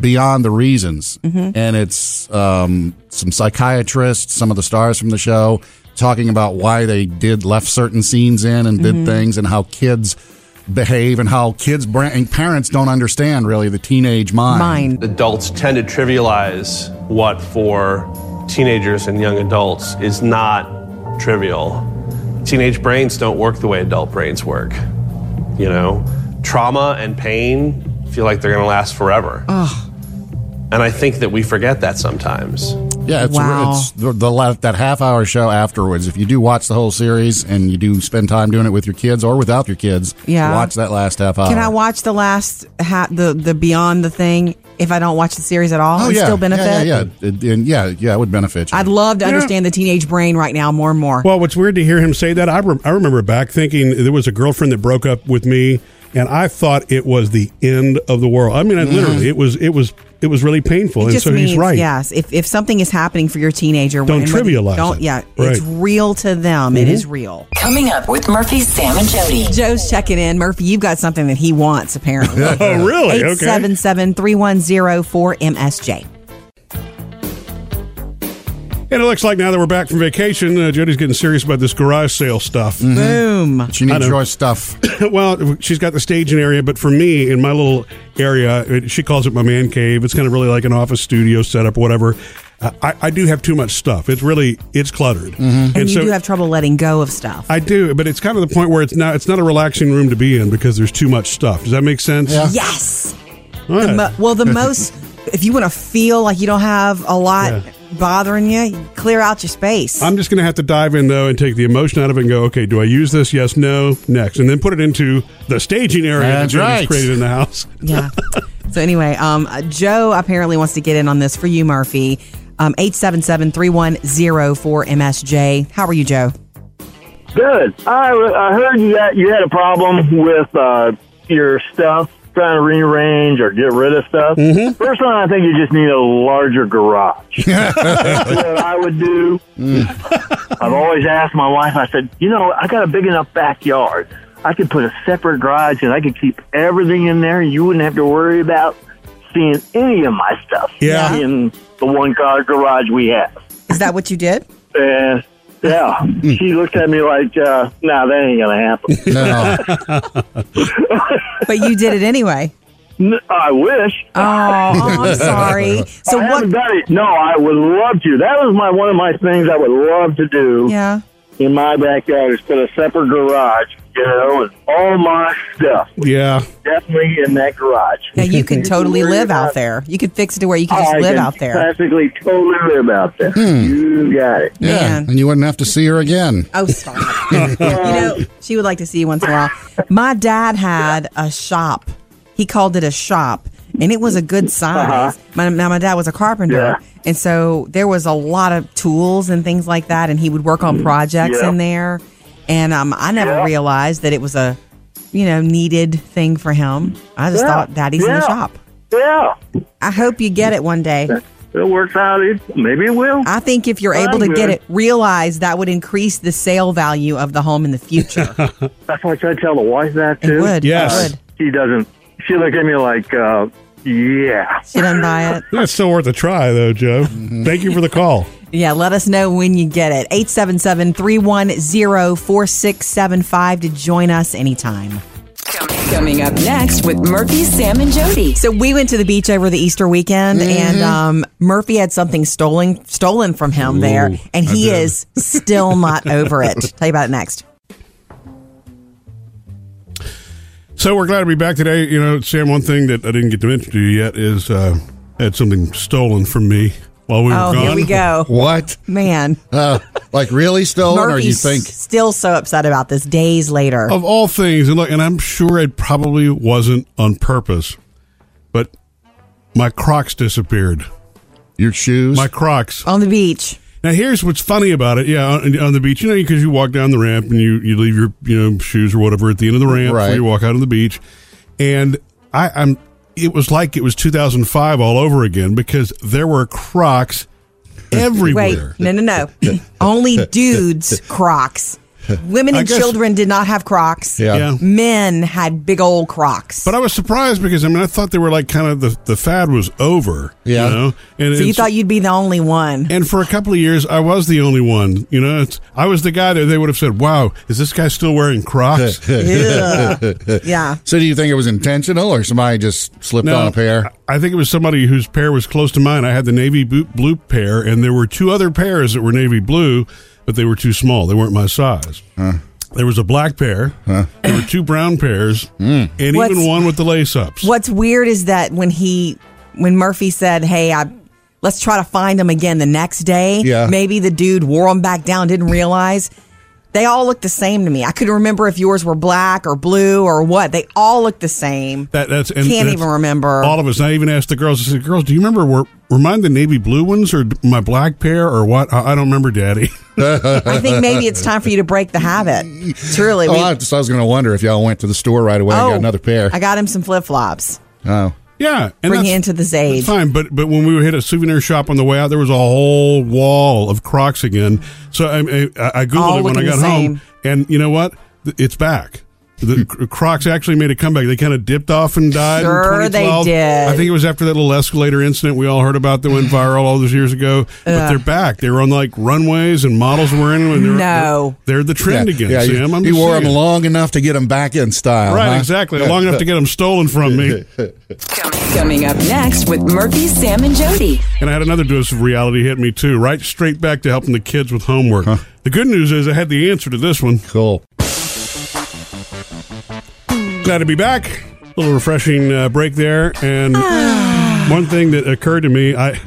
Speaker 2: "Beyond the Reasons,"
Speaker 3: Mm-hmm.
Speaker 2: and it's um, some psychiatrists, some of the stars from the show, talking about why they did left certain scenes in and
Speaker 3: Mm-hmm.
Speaker 2: did things, and how kids behave, and how kids bra- and parents don't understand really the teenage mind.
Speaker 3: Mine.
Speaker 8: adults tend to trivialize what for teenagers and young adults is not trivial. Teenage brains don't work the way adult brains work. You know, trauma and pain feel like they're going to last forever. And I think that we forget that sometimes.
Speaker 2: Yeah, it's,
Speaker 3: Wow.
Speaker 2: it's the, the la- that half hour show afterwards. If you do watch the whole series and you do spend time doing it with your kids or without your kids,
Speaker 3: Yeah.
Speaker 2: watch that last half hour.
Speaker 3: Can I watch the last ha- the the beyond the thing if I don't watch the series at all? and still benefit.
Speaker 2: Oh, Yeah, yeah, yeah. It- and yeah, yeah, it would benefit you.
Speaker 3: I'd love to understand the teenage brain right now more and more.
Speaker 1: Well, what's weird to hear him say that, I, rem- I remember back thinking there was a girlfriend that broke up with me, and I thought it was the end of the world. I mean, I, literally, it was, it was, it was really painful.
Speaker 3: It
Speaker 1: and
Speaker 3: just
Speaker 1: so
Speaker 3: means,
Speaker 1: he's right.
Speaker 3: yes, if, if something is happening for your teenager,
Speaker 1: Don't
Speaker 3: and whether you
Speaker 1: trivialize
Speaker 3: Don't,
Speaker 1: it.
Speaker 3: yeah, it's
Speaker 1: Right. Mm-hmm.
Speaker 3: real to them. It is real.
Speaker 4: Coming up with Murphy, Sam, and Jody.
Speaker 3: Joe's checking in. Murphy, you've got something that he wants, apparently.
Speaker 1: Oh, really? Okay.
Speaker 3: 877 310 4MSJ.
Speaker 1: And it looks like now that we're back from vacation, uh, Jody's getting serious about this garage sale stuff.
Speaker 3: Boom.
Speaker 1: Mm.
Speaker 2: she needs your stuff.
Speaker 1: well, she's got the staging area, but for me, in my little area, it- she calls it my man cave. It's kind of really like an office studio setup, whatever. Uh, I, I do have too much stuff. It's really it's cluttered, and,
Speaker 3: And you do have trouble letting go of stuff.
Speaker 1: I do, but it's kind of the point where it's not it's not a relaxing room to be in because there's too much stuff. Does that make sense?
Speaker 2: Yeah.
Speaker 3: yes.
Speaker 1: All right.
Speaker 3: Mo- well, the most, if you want to feel like you don't have a lot bothering you, you clear out your space.
Speaker 1: I'm just going to have to dive in though and take the emotion out of it and go, okay, do I use this? Yes, no, next, and then put it into the staging area
Speaker 2: That's
Speaker 1: Jamie's
Speaker 2: right.
Speaker 1: created in the house.
Speaker 3: yeah. So anyway, um, Joe apparently wants to get in on this for you, Murphy. Um, 877-310-4MSJ. How are you, Joe?
Speaker 9: Good. I, I heard you that you had a problem with uh, your stuff trying to rearrange or get rid of stuff.
Speaker 8: Mm-hmm.
Speaker 9: First one, I think you just need a larger garage. That's what I would do.
Speaker 8: Mm.
Speaker 9: I've always asked my wife. I said, you know, I got a big enough backyard. I could put a separate garage and I could keep everything in there. You wouldn't have to worry about seeing any of my stuff
Speaker 1: Yeah.
Speaker 9: in the one car garage we have.
Speaker 3: Is that what you did?
Speaker 9: And yeah,
Speaker 3: Hmm.
Speaker 9: she looked at me like, uh, "No, that ain't gonna happen."
Speaker 2: No.
Speaker 3: But you did it anyway.
Speaker 9: N- I wish.
Speaker 3: Oh, oh, I'm sorry. So
Speaker 9: I
Speaker 3: what?
Speaker 9: haven't done it. No, I would love to. That was my one of my things I would love to do
Speaker 3: Yeah.
Speaker 9: in my backyard is put a separate garage, you know, and all my stuff
Speaker 1: Yeah,
Speaker 9: definitely in that garage.
Speaker 3: Yeah, you can totally
Speaker 9: Worry
Speaker 3: live out
Speaker 9: about-
Speaker 3: there. You Oh, could fix it to where you can just
Speaker 9: I
Speaker 3: live
Speaker 9: can
Speaker 3: out there.
Speaker 9: Practically totally live out there.
Speaker 3: Hmm.
Speaker 9: You got it.
Speaker 2: Yeah.
Speaker 3: Man.
Speaker 2: And you wouldn't have to see her again.
Speaker 3: Oh, stop. it. you know, she would like to see you once in a while. My dad had a shop. He called it a shop, and it was a good size. My, now, my dad was a carpenter,
Speaker 9: Uh-huh. Yeah.
Speaker 3: and so there was a lot of tools and things like that, and he would work on projects
Speaker 9: Mm. Yeah.
Speaker 3: in there. And um, I never
Speaker 9: Yeah.
Speaker 3: realized that it was a, you know, needed thing for him. I just
Speaker 9: Yeah.
Speaker 3: thought, Daddy's in the
Speaker 9: Yeah.
Speaker 3: shop.
Speaker 9: Yeah,
Speaker 3: I hope you get it one day.
Speaker 9: it works out. It- Maybe it will.
Speaker 3: I think if you're able to
Speaker 9: I'm
Speaker 3: get
Speaker 9: good.
Speaker 3: it, realize that would increase the sale value of the home in the future.
Speaker 9: That's why I try to tell the wife that too.
Speaker 3: It would.
Speaker 1: Yes.
Speaker 3: It would.
Speaker 9: She doesn't. She looked at me like, uh, "Yeah."
Speaker 3: She doesn't buy it.
Speaker 1: that's still worth a try though, Joe. Thank you for the call.
Speaker 3: Yeah, let us know when you get it. 877 310 4675 to join us anytime.
Speaker 4: Coming up next with Murphy, Sam, and Jody. Mm-hmm.
Speaker 3: So we went to the beach over the Easter weekend, and um, Murphy had something stolen stolen from him there, and
Speaker 2: I
Speaker 3: he
Speaker 2: did.
Speaker 3: is still not over it. Tell you about it next.
Speaker 1: So we're glad to be back today. You know, Sam, one thing that I didn't get to mention to you yet is uh, I had something stolen from me while we
Speaker 3: Oh,
Speaker 1: were gone.
Speaker 3: here we go,
Speaker 2: What?
Speaker 3: man.
Speaker 2: Uh, like really stolen? or you
Speaker 3: Murphy's
Speaker 2: think? Oh.
Speaker 3: still so upset about this days later.
Speaker 1: Of all things, and look, and I'm sure it probably wasn't on purpose, but my Crocs disappeared.
Speaker 2: Your shoes?
Speaker 1: My Crocs.
Speaker 3: On the beach,
Speaker 1: Now here's what's funny about it. Yeah, on, on the beach, you know, because you walk down the ramp and you you leave your you know shoes or whatever at the end of the ramp
Speaker 2: Right.
Speaker 1: before you walk out on the beach, and I, I'm. It was like it was 2005 all over again because there were Crocs
Speaker 3: Wait,
Speaker 1: everywhere.
Speaker 3: no, no, no. Only dudes Crocs. Women
Speaker 1: I
Speaker 3: and
Speaker 1: guess-
Speaker 3: children did not have Crocs.
Speaker 2: Yeah.
Speaker 1: Yeah.
Speaker 3: Men had big old Crocs.
Speaker 1: But I was surprised because I mean I thought they were like kind of the, the fad was over.
Speaker 2: Yeah.
Speaker 1: You know? And
Speaker 3: so you
Speaker 1: it's-
Speaker 3: thought you'd be the only one.
Speaker 1: and for a couple of years I was the only one. You know, it's, I was the guy that they would have said, "Wow, is this guy still wearing Crocs?"
Speaker 3: Ugh. yeah.
Speaker 2: so do you think it was intentional or somebody just slipped on a pair?
Speaker 1: I I think it was somebody whose pair was close to mine. I had the navy boot blue pair, and there were two other pairs that were navy blue, but they were too small. They weren't my size. There was a black pair. There were two brown pairs, and
Speaker 3: What's-
Speaker 1: even one with the lace ups.
Speaker 3: What's weird is that when he, when Murphy said, "Hey, I." Let's try to find them again the next day.
Speaker 2: Yeah.
Speaker 3: Maybe the dude wore them back down, didn't realize. They all looked the same to me. I couldn't remember if yours were black or blue or what. They all looked the same.
Speaker 1: That, that's and
Speaker 3: Can't
Speaker 1: that's
Speaker 3: even remember.
Speaker 1: All of us. And I even asked the girls. I said, "Girls, do you remember? Were, were mine the navy blue ones or d- my black pair or what? I, I don't remember, Daddy."
Speaker 3: I think maybe it's time for you to break the habit. Truly.
Speaker 2: Oh,
Speaker 3: we- Oh,
Speaker 2: I, just, I was going to wonder if y'all went to the store right away
Speaker 1: Oh,
Speaker 2: and got another pair.
Speaker 3: I got him some flip flops.
Speaker 2: oh.
Speaker 1: yeah, and
Speaker 3: Bring
Speaker 1: that's-
Speaker 3: you into this age.
Speaker 1: Fine, but but when we hit a souvenir shop on the way out, there was a whole wall of Crocs again. So I I, I googled
Speaker 3: All
Speaker 1: it when I
Speaker 3: looking
Speaker 1: got
Speaker 3: the
Speaker 1: home,
Speaker 3: same. Hmm.
Speaker 1: and you know what? Th- It's back. The Cro- Crocs actually made a comeback. They kind of dipped off and died.
Speaker 3: Sure
Speaker 1: in
Speaker 3: they
Speaker 1: 2012.
Speaker 3: did. Mm-hmm.
Speaker 1: I think it was after that little escalator incident we all heard about that went viral all those years ago. But they're back. They were on like runways and models were in them. And they're,
Speaker 3: No.
Speaker 1: they're, they're the trend
Speaker 2: Yeah,
Speaker 1: again.
Speaker 2: yeah,
Speaker 1: Sam,
Speaker 2: you,
Speaker 1: I'm
Speaker 2: you
Speaker 1: just
Speaker 2: wore
Speaker 1: saying.
Speaker 2: them long enough to get them back in style.
Speaker 1: Right,
Speaker 2: huh?
Speaker 1: exactly. Long enough to get them stolen from me.
Speaker 4: Coming up next with Murphy, Sam, and Jody.
Speaker 1: And I had another dose of reality hit me too, right straight back to helping the kids with homework. The good news is I had the answer to this one.
Speaker 2: Cool.
Speaker 1: Glad to be back. A
Speaker 3: Ah.
Speaker 1: little refreshing uh, break there. And one thing that occurred to me, I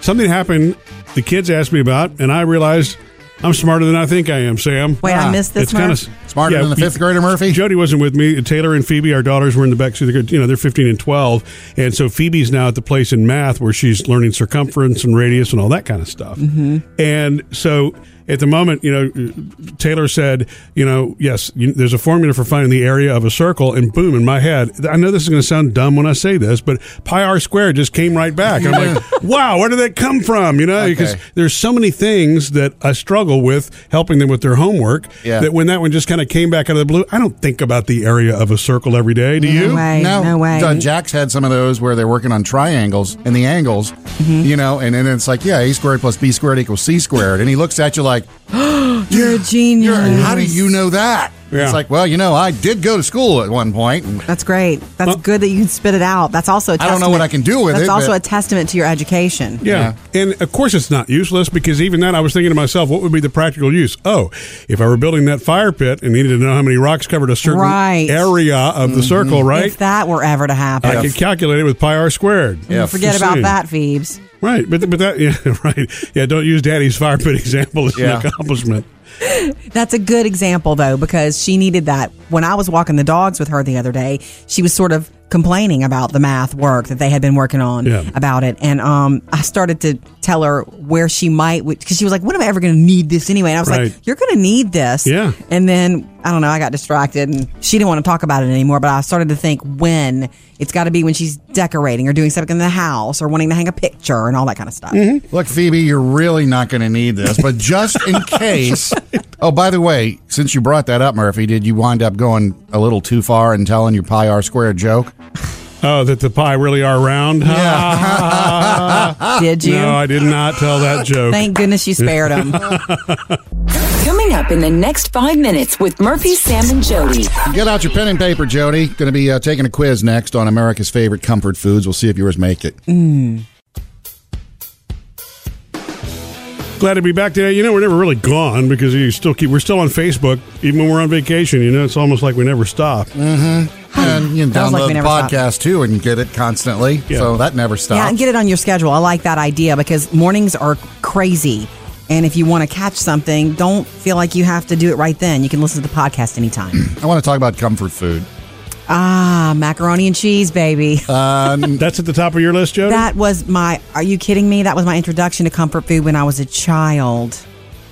Speaker 1: Something happened the kids asked me about, and I realized I'm smarter than I think I am, Sam.
Speaker 3: Wait, I
Speaker 2: Ah,
Speaker 3: missed this.
Speaker 1: it's kind of
Speaker 3: Murph?
Speaker 2: Smarter than the fifth grader, Murphy?
Speaker 1: Jody wasn't with me. Taylor and Phoebe, our daughters, were in the back seat. They're, you know, they're 15 and 12, and so Phoebe's now at the place in math where she's learning circumference and radius and all that kind of stuff.
Speaker 2: Mm-hmm.
Speaker 1: And so at the moment, you know, Taylor said, you know, yes, you, there's a formula for finding the area of a circle, and boom, in my head, I know this is going to sound dumb when I say this, but pi r squared just came right back. I'm like, wow, where did that come from? You know, because
Speaker 2: Okay.
Speaker 1: there's so many things that I struggle with helping them with their homework
Speaker 2: Yeah.
Speaker 1: that when that one just kind of came back out of the blue, I don't think about the area of a circle every day. Do
Speaker 2: Mm-hmm.
Speaker 1: you?
Speaker 3: No way. No, way.
Speaker 2: John Jack's had some of those where they're working on triangles and the angles,
Speaker 3: Mm-hmm.
Speaker 2: you know, and then it's like, yeah, a squared plus b squared equals c squared. And he looks at you like,
Speaker 3: You're a genius.
Speaker 2: You're, how do you know that?
Speaker 1: Yeah.
Speaker 2: It's like, well, you know, I did go to school at one point. and
Speaker 3: That's great. That's good that you can spit it out. That's also. A
Speaker 2: I
Speaker 3: testament.
Speaker 2: don't know what I can do with
Speaker 3: That's
Speaker 2: it,
Speaker 3: also a
Speaker 2: but-
Speaker 3: testament to your education.
Speaker 1: Yeah. And of course, it's not useless because even that, I was thinking to myself, what would be the practical use? Oh, if I were building that fire pit and needed to know how many rocks covered a certain
Speaker 3: Right. Mm-hmm.
Speaker 1: area of the circle, right?
Speaker 3: If that were ever to happen,
Speaker 1: I could calculate it with pi r squared.
Speaker 2: Yeah.
Speaker 3: forget
Speaker 1: Just
Speaker 3: about
Speaker 1: saying.
Speaker 3: that, Phoebes.
Speaker 1: Right. But, but that, yeah, right. Yeah. Don't use daddy's fire pit example as
Speaker 2: Yeah.
Speaker 1: an accomplishment.
Speaker 3: That's a good example though, because she needed that. When I was walking the dogs with her the other day, she was sort of complaining about the math work that they had been working on
Speaker 1: Yeah.
Speaker 3: about it, and um, I started to tell her where she might, because she was like, "When am I ever going to need this anyway?" And I was
Speaker 1: Right.
Speaker 3: like, "You're going to need this."
Speaker 1: Yeah.
Speaker 3: And then I don't know, I got distracted, and she didn't want to talk about it anymore. But I started to think when it's got to be when she's decorating or doing something in the house or wanting to hang a picture and all that kind of stuff.
Speaker 1: Mm-hmm.
Speaker 2: Look, Phoebe, you're really not going to need this, but just in case. Oh, by the way, since you brought that up, Murphy, did you wind up going a little too far and telling your pi r squared joke?
Speaker 1: Oh, that the pi really are round?
Speaker 3: Did you?
Speaker 1: no, I did not tell that joke.
Speaker 3: Thank goodness you spared him.
Speaker 4: Coming up in the next five minutes with Murphy, Sam, and Jody.
Speaker 2: Get out your pen and paper, Jody. Going to be uh, taking a quiz next on America's favorite comfort foods. We'll see if yours make it.
Speaker 3: Mm-hmm.
Speaker 1: Glad to be back today. You know, we're never really gone because you still keep. We're still on Facebook, even when we're on vacation. You know, it's almost like we never stop.
Speaker 2: Um, And you can
Speaker 3: Sounds
Speaker 2: download
Speaker 3: like we
Speaker 2: the
Speaker 3: never
Speaker 2: podcast
Speaker 3: stop.
Speaker 2: too and get it constantly.
Speaker 1: Yeah.
Speaker 2: So that never
Speaker 3: Yeah,
Speaker 1: Uh-huh.
Speaker 3: and
Speaker 2: stops.
Speaker 3: get it on your schedule. I like that idea because mornings are crazy. And if you want to catch something, don't feel like you have to do it right then. You can listen to the podcast anytime.
Speaker 2: I want to talk about comfort food.
Speaker 3: ah, macaroni and cheese, baby.
Speaker 1: That's at the top of your list, Jody.
Speaker 3: that was my, are you kidding me? That was my introduction to comfort food when I was a child,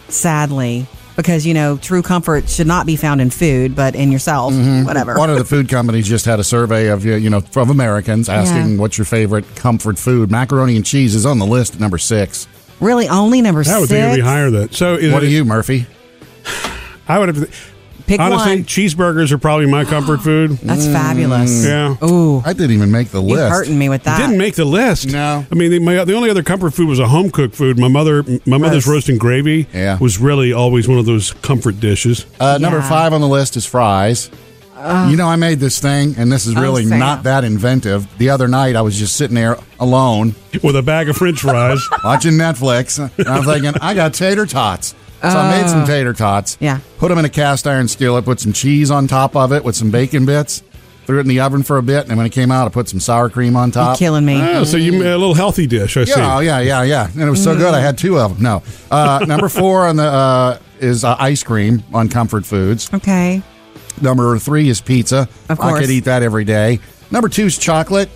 Speaker 3: sadly. Because, you know, true comfort should not be found in food, but in yourself,
Speaker 1: Mm-hmm.
Speaker 3: whatever.
Speaker 2: One of the food companies just had a survey of you know from Americans asking
Speaker 3: Yeah.
Speaker 2: what's your favorite comfort food. Macaroni and cheese is on the list at number six.
Speaker 3: really, only number
Speaker 1: I would
Speaker 3: six.
Speaker 1: think it'd be higher than that. So, is
Speaker 2: What
Speaker 1: it,
Speaker 2: are you, Murphy?
Speaker 1: I would have.
Speaker 3: Pick
Speaker 1: honestly,
Speaker 3: one.
Speaker 1: cheeseburgers are probably my comfort food.
Speaker 3: That's fabulous.
Speaker 1: Mm. Yeah.
Speaker 3: Ooh,
Speaker 2: I didn't even make the
Speaker 3: you're
Speaker 2: list.
Speaker 3: hurting me with that.
Speaker 1: Didn't make the list.
Speaker 2: No.
Speaker 1: I mean, the, my, the only other comfort food was a home cooked food. My mother, my mother's roast
Speaker 3: Roast.
Speaker 1: and gravy
Speaker 2: Yeah.
Speaker 1: was really always one of those comfort dishes.
Speaker 2: Uh, Number
Speaker 3: Yeah.
Speaker 2: five on the list is fries. you know, I made this thing, and this is
Speaker 3: Oh,
Speaker 2: really
Speaker 3: Sam.
Speaker 2: not that inventive. The other night, I was just sitting there alone
Speaker 1: With a bag of French fries,
Speaker 2: watching Netflix, and I'm thinking, I got tater tots. So I made some tater tots.
Speaker 3: Oh. Yeah.
Speaker 2: Put them in a cast iron skillet, put some cheese on top of it with some bacon bits, threw it in the oven for a bit, and when it came out, I put some sour cream on
Speaker 3: You're
Speaker 2: top.
Speaker 3: killing me.
Speaker 1: oh, so you a little healthy dish. I
Speaker 2: Yeah, oh,
Speaker 1: see.
Speaker 2: yeah, yeah, yeah. And it was
Speaker 3: Mm.
Speaker 2: so good, I had two of them. No. Uh, number four on the uh, is uh, ice cream on comfort foods.
Speaker 3: Okay.
Speaker 2: Number three is pizza.
Speaker 3: Of
Speaker 2: I
Speaker 3: course.
Speaker 2: could eat that every day. Number two is chocolate.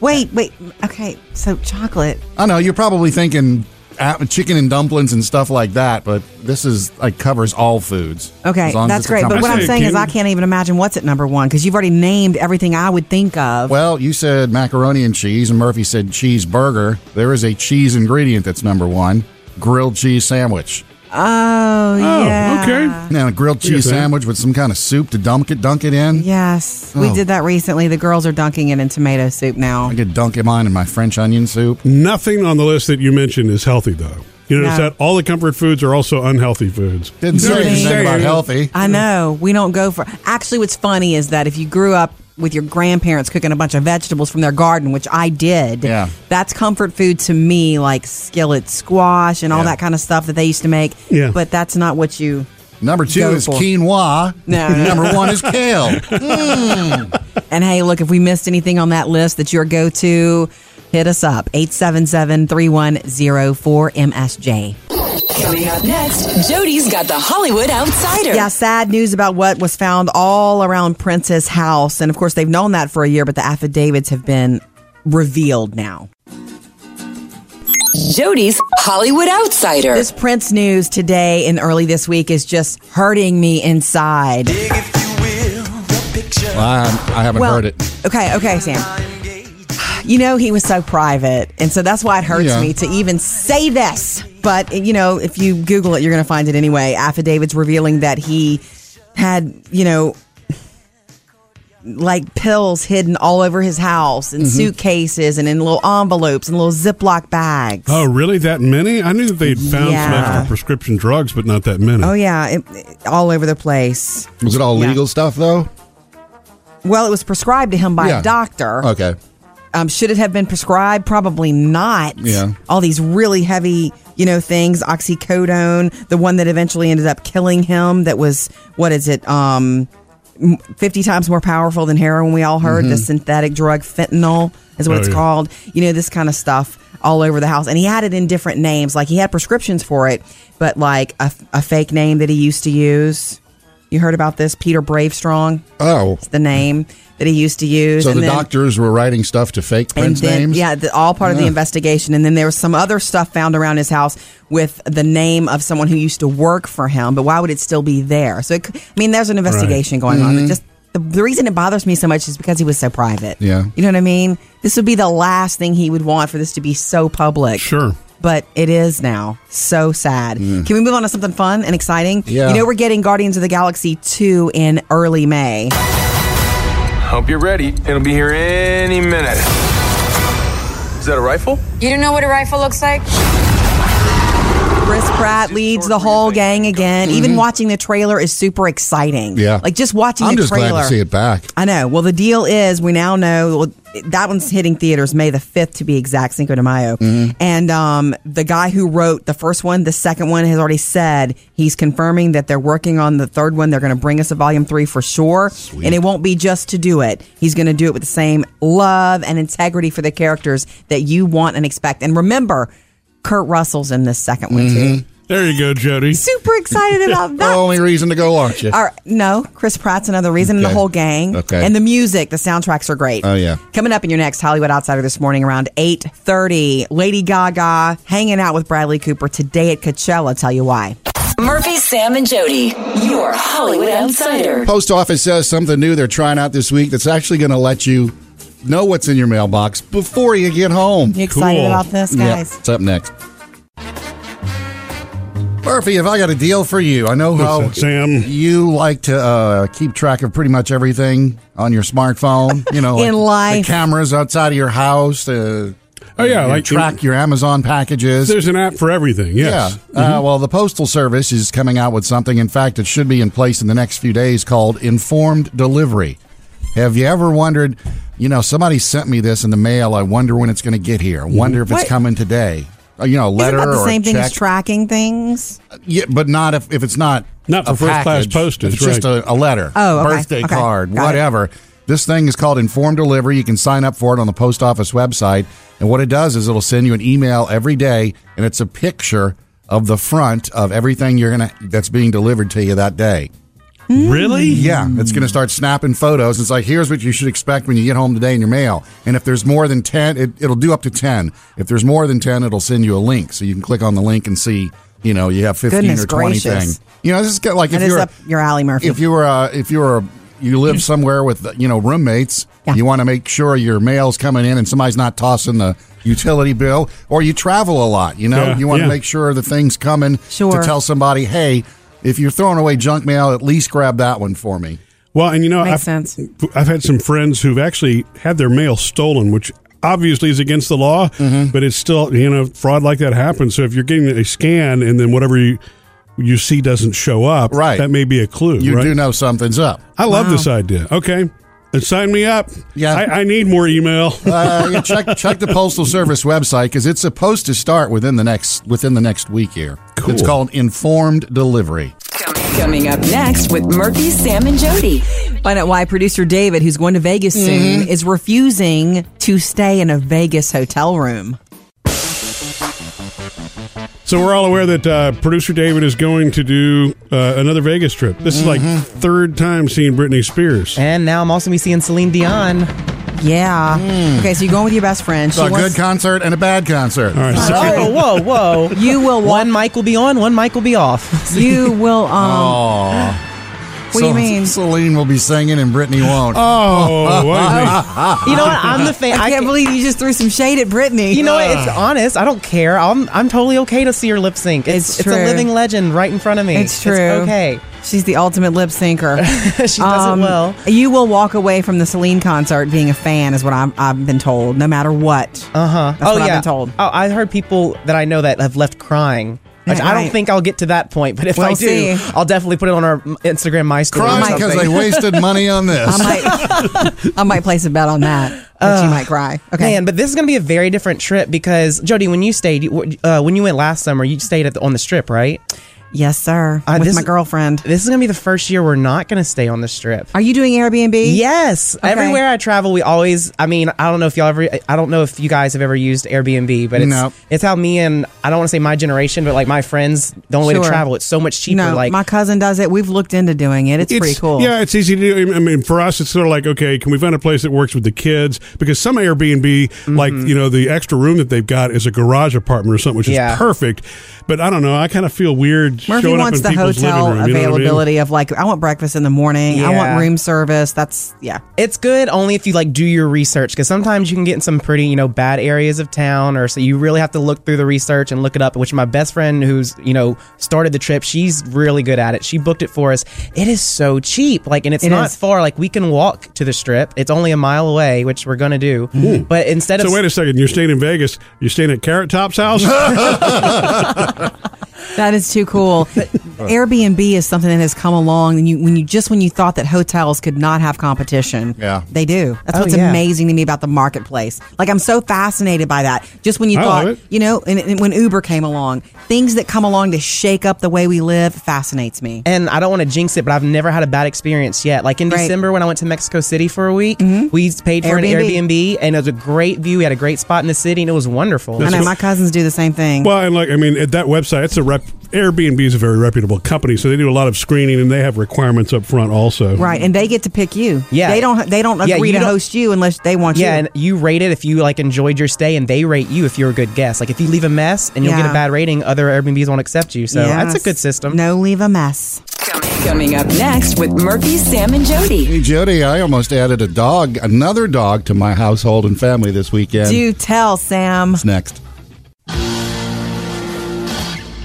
Speaker 3: Wait, wait. Okay, so chocolate.
Speaker 2: I know you're probably thinking uh, chicken and dumplings and stuff like that, but this is like covers all foods.
Speaker 3: Okay,
Speaker 2: As long as
Speaker 3: that's
Speaker 2: it's a
Speaker 3: great. But
Speaker 2: comfort
Speaker 3: what I'm
Speaker 1: say
Speaker 2: food.
Speaker 3: saying is,
Speaker 1: Cuban.
Speaker 3: I can't even imagine what's at number one because you've already named everything I would think of.
Speaker 2: Well, you said macaroni and cheese, and Murphy said cheeseburger. There is a cheese ingredient that's number one: grilled cheese sandwich.
Speaker 3: oh,
Speaker 1: Oh,
Speaker 3: yeah.
Speaker 1: okay.
Speaker 2: Now, a grilled
Speaker 1: Yes,
Speaker 2: cheese
Speaker 1: ma'am.
Speaker 2: sandwich with some kind of soup to dunk it, dunk it in.
Speaker 3: Yes, we
Speaker 2: Oh.
Speaker 3: did that recently. The girls are dunking it in tomato soup now.
Speaker 2: I could dunk it mine in my French onion soup.
Speaker 1: Nothing on the list that you mentioned is healthy, though. You notice
Speaker 3: No.
Speaker 1: that all the comfort foods are also unhealthy foods.
Speaker 2: Didn't say
Speaker 3: Kidding.
Speaker 2: anything about healthy.
Speaker 3: I know we don't go for. Actually, what's funny is that if you grew up with your grandparents cooking a bunch of vegetables from their garden, which I did,
Speaker 2: Yeah.
Speaker 3: that's comfort food to me, like skillet squash and all
Speaker 2: Yeah.
Speaker 3: that kind of stuff that they used to make.
Speaker 1: Yeah.
Speaker 3: but that's not what you.
Speaker 2: Number two
Speaker 3: Go
Speaker 2: is
Speaker 3: for-
Speaker 2: quinoa.
Speaker 3: No, no,
Speaker 2: Number one is kale.
Speaker 3: And hey, look, if we missed anything on that list that's your go to, Hit us up 877-3104-MSJ.
Speaker 4: Coming up next, Jody's got the Hollywood Outsider.
Speaker 3: Yeah, sad news about what was found all around Prince's house. And of course, they've known that for a year, but the affidavits have been revealed now.
Speaker 4: Jody's Hollywood Outsider.
Speaker 3: This Prince news today and early this week is just hurting me inside.
Speaker 2: Well, I, I haven't heard it.
Speaker 3: Okay, okay, Sam. You know, he was so private. And so that's why it hurts
Speaker 2: Yeah.
Speaker 3: me to even say this. But, you know, if you Google it, you're going to find it anyway. Affidavits revealing that he had, you know, like pills hidden all over his house in
Speaker 2: Mm-hmm.
Speaker 3: suitcases and in little envelopes and little Ziploc bags.
Speaker 1: Oh, really? That many? I knew that they'd found some
Speaker 3: Yeah.
Speaker 1: extra prescription drugs, but not that many.
Speaker 3: Oh, yeah, it, it- all over the place.
Speaker 2: Was it all
Speaker 3: Yeah.
Speaker 2: legal stuff though?
Speaker 3: Well, it was prescribed to him by
Speaker 2: Yeah.
Speaker 3: a doctor.
Speaker 2: Okay.
Speaker 3: Um, should it have been prescribed? Probably not.
Speaker 2: Yeah.
Speaker 3: All these really heavy, you know, things, oxycodone, the one that eventually ended up killing him that was what is it? Um m- 50 times more powerful than heroin we all heard the
Speaker 2: Mm-hmm.
Speaker 3: synthetic drug fentanyl is what
Speaker 1: Oh,
Speaker 3: it's
Speaker 1: yeah.
Speaker 3: called you know this kind of stuff all over the house and he had it in different names like he had prescriptions for it but like a, a fake name that he used to use you heard about this peter bravestrong
Speaker 2: Oh,
Speaker 3: the name that he used to use
Speaker 2: so the
Speaker 3: then-
Speaker 2: doctors were writing stuff to fake Prince
Speaker 3: and then,
Speaker 2: names.
Speaker 3: Yeah, the, all part of the
Speaker 2: Yeah.
Speaker 3: investigation. And then there was some other stuff found around his house with the name of someone who used to work for him. But why would it still be there? So, it, c- I mean, there's an investigation going
Speaker 2: Mm-hmm.
Speaker 3: on. It just the, the reason it bothers me so much is because he was so private.
Speaker 2: Yeah.
Speaker 3: you know what I mean. This would be the last thing he would want for this to be so public.
Speaker 1: Sure.
Speaker 3: But it is now. So sad. Can we move on to something fun and exciting?
Speaker 2: Mm. Yeah.
Speaker 3: You know, we're getting Guardians of the Galaxy 2 in early May.
Speaker 10: Hope you're ready. It'll be here any minute. Is that a rifle?
Speaker 7: You don't know what a rifle looks like?
Speaker 3: Chris Pratt leads the whole gang again. Even watching the trailer is super exciting.
Speaker 2: Mm-hmm. Yeah.
Speaker 3: Like just watching
Speaker 2: I'm
Speaker 3: the
Speaker 2: just
Speaker 3: trailer.
Speaker 2: glad to see it back.
Speaker 3: I know. Well, the deal is we now know well, that one's hitting theaters May the 5th to be exact, Cinco de Mayo.
Speaker 2: Mm-hmm.
Speaker 3: And um, the guy who wrote the first one, the second one has already said he's confirming that they're working on the third one. They're going to bring us a volume three for sure. And it won't be just to do it. He's going to do it with the same love and integrity for the characters that you want and expect. And remember, Kurt Russell's in this second one
Speaker 2: Mm-hmm.
Speaker 3: too
Speaker 1: There you go, Jody.
Speaker 3: super excited about Uh, that.
Speaker 2: Only reason to go, aren't you?
Speaker 3: All right, no, Chris Pratt's another reason, and the
Speaker 2: Okay.
Speaker 3: whole gang.
Speaker 2: Okay.
Speaker 3: And the music, the soundtracks are great.
Speaker 2: Oh, yeah.
Speaker 3: Coming up in your next Hollywood Outsider this morning around 8.30, Lady Gaga hanging out with Bradley Cooper today at Coachella. Tell you why.
Speaker 4: Murphy, Sam, and Jody, your Hollywood Outsider.
Speaker 2: Post office says something new they're trying out this week that's actually going to let you know what's in your mailbox before you get home.
Speaker 3: You excited
Speaker 1: Cool.
Speaker 3: about this, guys?
Speaker 2: It's up next. Murphy, if I got a deal for you, I know
Speaker 1: What's
Speaker 2: how
Speaker 1: that, Sam?
Speaker 2: Oh, you like to uh, keep track of pretty much everything on your smartphone. You know,
Speaker 3: In
Speaker 2: like
Speaker 3: life.
Speaker 2: the cameras outside of your house. Uh,
Speaker 1: Oh, yeah,
Speaker 2: you
Speaker 1: like-
Speaker 2: track your Amazon packages.
Speaker 1: There's an app for everything. Yes. Mm-hmm.
Speaker 2: Yeah. Uh, well, the Postal Service is coming out with something. In fact, it should be in place in the next few days called Informed Delivery. Have you ever wondered, you know, somebody sent me this in the mail. I wonder when it's going to get
Speaker 1: Mm-hmm.
Speaker 2: here. I wonder if
Speaker 3: What?
Speaker 2: it's coming today. Uh, You know, a
Speaker 3: Isn't
Speaker 2: letter
Speaker 3: that
Speaker 2: or
Speaker 3: the
Speaker 2: a
Speaker 3: same thing as
Speaker 2: check.
Speaker 3: tracking things?
Speaker 2: Yeah, but not if, if it's not
Speaker 1: Not for
Speaker 2: a
Speaker 1: first-class
Speaker 2: package,
Speaker 1: postage,
Speaker 2: If it's just
Speaker 1: right.
Speaker 2: a, a letter,
Speaker 3: Oh, okay,
Speaker 2: birthday
Speaker 3: okay,
Speaker 2: card,
Speaker 3: got it.
Speaker 2: whatever. This thing is called Informed Delivery. You can sign up for it on the post office website, and what it does is it'll send you an email every day, and it's a picture of the front of everything you're gonna that's being delivered to you that day.
Speaker 3: Mm-hmm.
Speaker 1: Really?
Speaker 2: Yeah, it's going to start snapping photos. It's like, here's what you should expect when you get home today in your mail. And if there's more than 10, it, it'll do up to 10. If there's more than 10, it'll send you a link. So you can click on the link and see, you know, you have 15
Speaker 3: Goodness
Speaker 2: or 20
Speaker 3: gracious.
Speaker 2: things. You know, this is kind of like
Speaker 3: That
Speaker 2: if
Speaker 3: is
Speaker 2: you're,
Speaker 3: up your alley, Murphy.
Speaker 2: if you were, uh, if you were, you
Speaker 1: Mm-hmm.
Speaker 2: live somewhere with, you know, roommates,
Speaker 3: Yeah.
Speaker 2: you want to make sure your mail's coming in and somebody's not tossing the utility bill or you travel a lot, you know,
Speaker 1: Yeah,
Speaker 2: you want to
Speaker 1: yeah.
Speaker 2: make sure the thing's coming
Speaker 3: Sure.
Speaker 2: to tell somebody, hey, if you're throwing away junk mail, at least grab that one for me.
Speaker 1: Well, and you know,
Speaker 3: Makes
Speaker 1: I've,
Speaker 3: sense.
Speaker 1: I've had some friends who've actually had their mail stolen, which obviously is against the law,
Speaker 2: Mm-hmm.
Speaker 1: but it's still, you know, fraud like that happens. So if you're getting a scan and then whatever you, you see doesn't show up,
Speaker 2: Right.
Speaker 1: that may be a clue.
Speaker 2: you
Speaker 1: right?
Speaker 2: do know something's up.
Speaker 1: I love this idea. Okay. Then sign me up.
Speaker 2: Yeah.
Speaker 1: I, I need more email.
Speaker 2: Uh, yeah, check check the postal service website because it's supposed to start within the next within the next week here.
Speaker 1: Cool.
Speaker 2: It's called informed delivery.
Speaker 4: Coming up next with Murphy, Sam, and Jody.
Speaker 3: Find out why producer David, who's going to Vegas
Speaker 2: Mm-hmm.
Speaker 3: soon, is refusing to stay in a Vegas hotel room.
Speaker 1: So we're all aware that uh, producer David is going to do uh, another Vegas trip. This is like
Speaker 2: Mm-hmm.
Speaker 1: third time seeing Britney Spears.
Speaker 6: And now I'm also be seeing Celine Dion.
Speaker 3: Yeah.
Speaker 6: Hmm.
Speaker 3: Okay, so you're going with your best friend.
Speaker 2: So a good concert and a bad concert.
Speaker 1: All right, so-
Speaker 6: Oh, whoa, whoa!
Speaker 3: You will walk-
Speaker 6: One mic will be on, one mic will be off.
Speaker 3: You will. Um,
Speaker 2: Oh.
Speaker 3: What do you mean?
Speaker 2: Celine will be singing and Brittany won't.
Speaker 1: Oh, wait.
Speaker 6: You know what? I'm the fan.
Speaker 3: I can't believe you just threw some shade at Brittany.
Speaker 6: You know what? It's honest. I don't care. I'm I'm totally okay to see her lip sync. It's
Speaker 3: It's
Speaker 6: it's,
Speaker 3: true.
Speaker 6: a living legend right in front of me.
Speaker 3: It's true.
Speaker 6: okay.
Speaker 3: She's the ultimate lip syncer.
Speaker 6: she does
Speaker 3: Um,
Speaker 6: it well.
Speaker 3: You will walk away from the Celine concert being a fan, is what I'm, I've been told, no matter what.
Speaker 6: Uh huh.
Speaker 3: That's what I've been told.
Speaker 6: Oh, I heard people that I know that have left crying. Which I
Speaker 3: right.
Speaker 6: don't think I'll get to that point, but if I
Speaker 3: We'll
Speaker 6: do,
Speaker 3: see.
Speaker 6: I'll definitely put it on our Instagram, my story. or
Speaker 2: Crying because
Speaker 6: something.
Speaker 2: they wasted money on this.
Speaker 3: I might, I might place a bet on that. That you might cry. Okay.
Speaker 6: Man, but this is going to be a very different trip because Jody, when you stayed, you- uh, when you went last summer, you stayed at the, on the strip, right?
Speaker 3: yes, sir.
Speaker 6: Uh,
Speaker 3: With
Speaker 6: this-
Speaker 3: my girlfriend.
Speaker 6: This is going to be the first year we're not going to stay on the strip.
Speaker 3: Are you doing Airbnb?
Speaker 6: Yes,
Speaker 3: Okay.
Speaker 6: everywhere I travel, we always. I mean, I don't know if y'all ever. I don't know if you guys have ever used Airbnb, but it's
Speaker 2: No.
Speaker 6: it's how me and I don't want to say my generation, but like my friends, the only way
Speaker 3: Sure.
Speaker 6: to travel, it's so much cheaper.
Speaker 3: No,
Speaker 6: like
Speaker 3: my cousin does it. We've looked into doing it. It's, pretty cool.
Speaker 1: Yeah, it's easy to do. I mean, for us, it's sort of like, okay, can we find a place that works with the kids? Because some Airbnb, like,
Speaker 3: Mm-hmm.
Speaker 1: you know, the extra room that they've got is a garage apartment or something, which
Speaker 6: Yeah.
Speaker 1: is perfect. But I don't know. I kind of feel weird
Speaker 3: Murphy
Speaker 1: showing
Speaker 3: wants
Speaker 1: up in
Speaker 3: the
Speaker 1: people's
Speaker 3: hotel
Speaker 1: living room. you know what I mean?
Speaker 3: availability of like, I want breakfast in the morning. I
Speaker 6: Yeah.
Speaker 3: want room service. That's, yeah.
Speaker 6: it's good only if you like do your research because sometimes you can get in some pretty you know bad areas of town or so you really have to look through the research and look it up which my best friend who's you know started the trip she's really good at it she booked it for us it is so cheap like and it's
Speaker 3: It
Speaker 6: not
Speaker 3: is.
Speaker 6: far like we can walk to the strip it's only a mile away which we're gonna do Mm-hmm. but instead of
Speaker 1: So wait a second. You're staying in Vegas. You're staying at Carrot Top's house.
Speaker 3: That is too cool. Airbnb is something that has come along, and you when you just when you thought that hotels could not have competition,
Speaker 2: Yeah.
Speaker 3: they do. That's
Speaker 6: Oh,
Speaker 3: what's
Speaker 6: yeah.
Speaker 3: amazing to me about the marketplace. Like I'm so fascinated by that. Just when you
Speaker 1: I love
Speaker 3: thought,
Speaker 1: it.
Speaker 3: you know, and, and when Uber came along, things that come along to shake up the way we live fascinates me.
Speaker 6: and I don't want to jinx it, but I've never had a bad experience yet. Like in
Speaker 3: Right. Mm-hmm.
Speaker 6: December when I went to Mexico City for a week, we paid for an
Speaker 3: Airbnb.
Speaker 6: Airbnb and it was a great view. We had a great spot in the city and it was wonderful.
Speaker 3: I know my cousins do the same thing.
Speaker 1: Well, and like I mean, at that website, it's a rep. Airbnb is a very reputable company, so they do a lot of screening and they have requirements up front also.
Speaker 3: Right, and they get to pick you.
Speaker 6: Yeah.
Speaker 3: they don't. They don't
Speaker 6: Yeah,
Speaker 3: agree
Speaker 6: you
Speaker 3: to
Speaker 6: don't-
Speaker 3: host you unless they want
Speaker 6: yeah,
Speaker 3: you.
Speaker 6: and you rate it if you like enjoyed your stay, and they rate you if you're a good guest. Like if you leave a mess and you'll get
Speaker 3: Yeah.
Speaker 6: a bad rating, other Airbnbs won't accept you. So that's
Speaker 3: Yes.
Speaker 6: a good system.
Speaker 3: No, leave a mess.
Speaker 4: Coming up next with Murphy, Sam, and Jody.
Speaker 2: Hey, Jody, I almost added a dog, another dog, to my household and family this weekend.
Speaker 3: Do tell, Sam.
Speaker 2: What's next?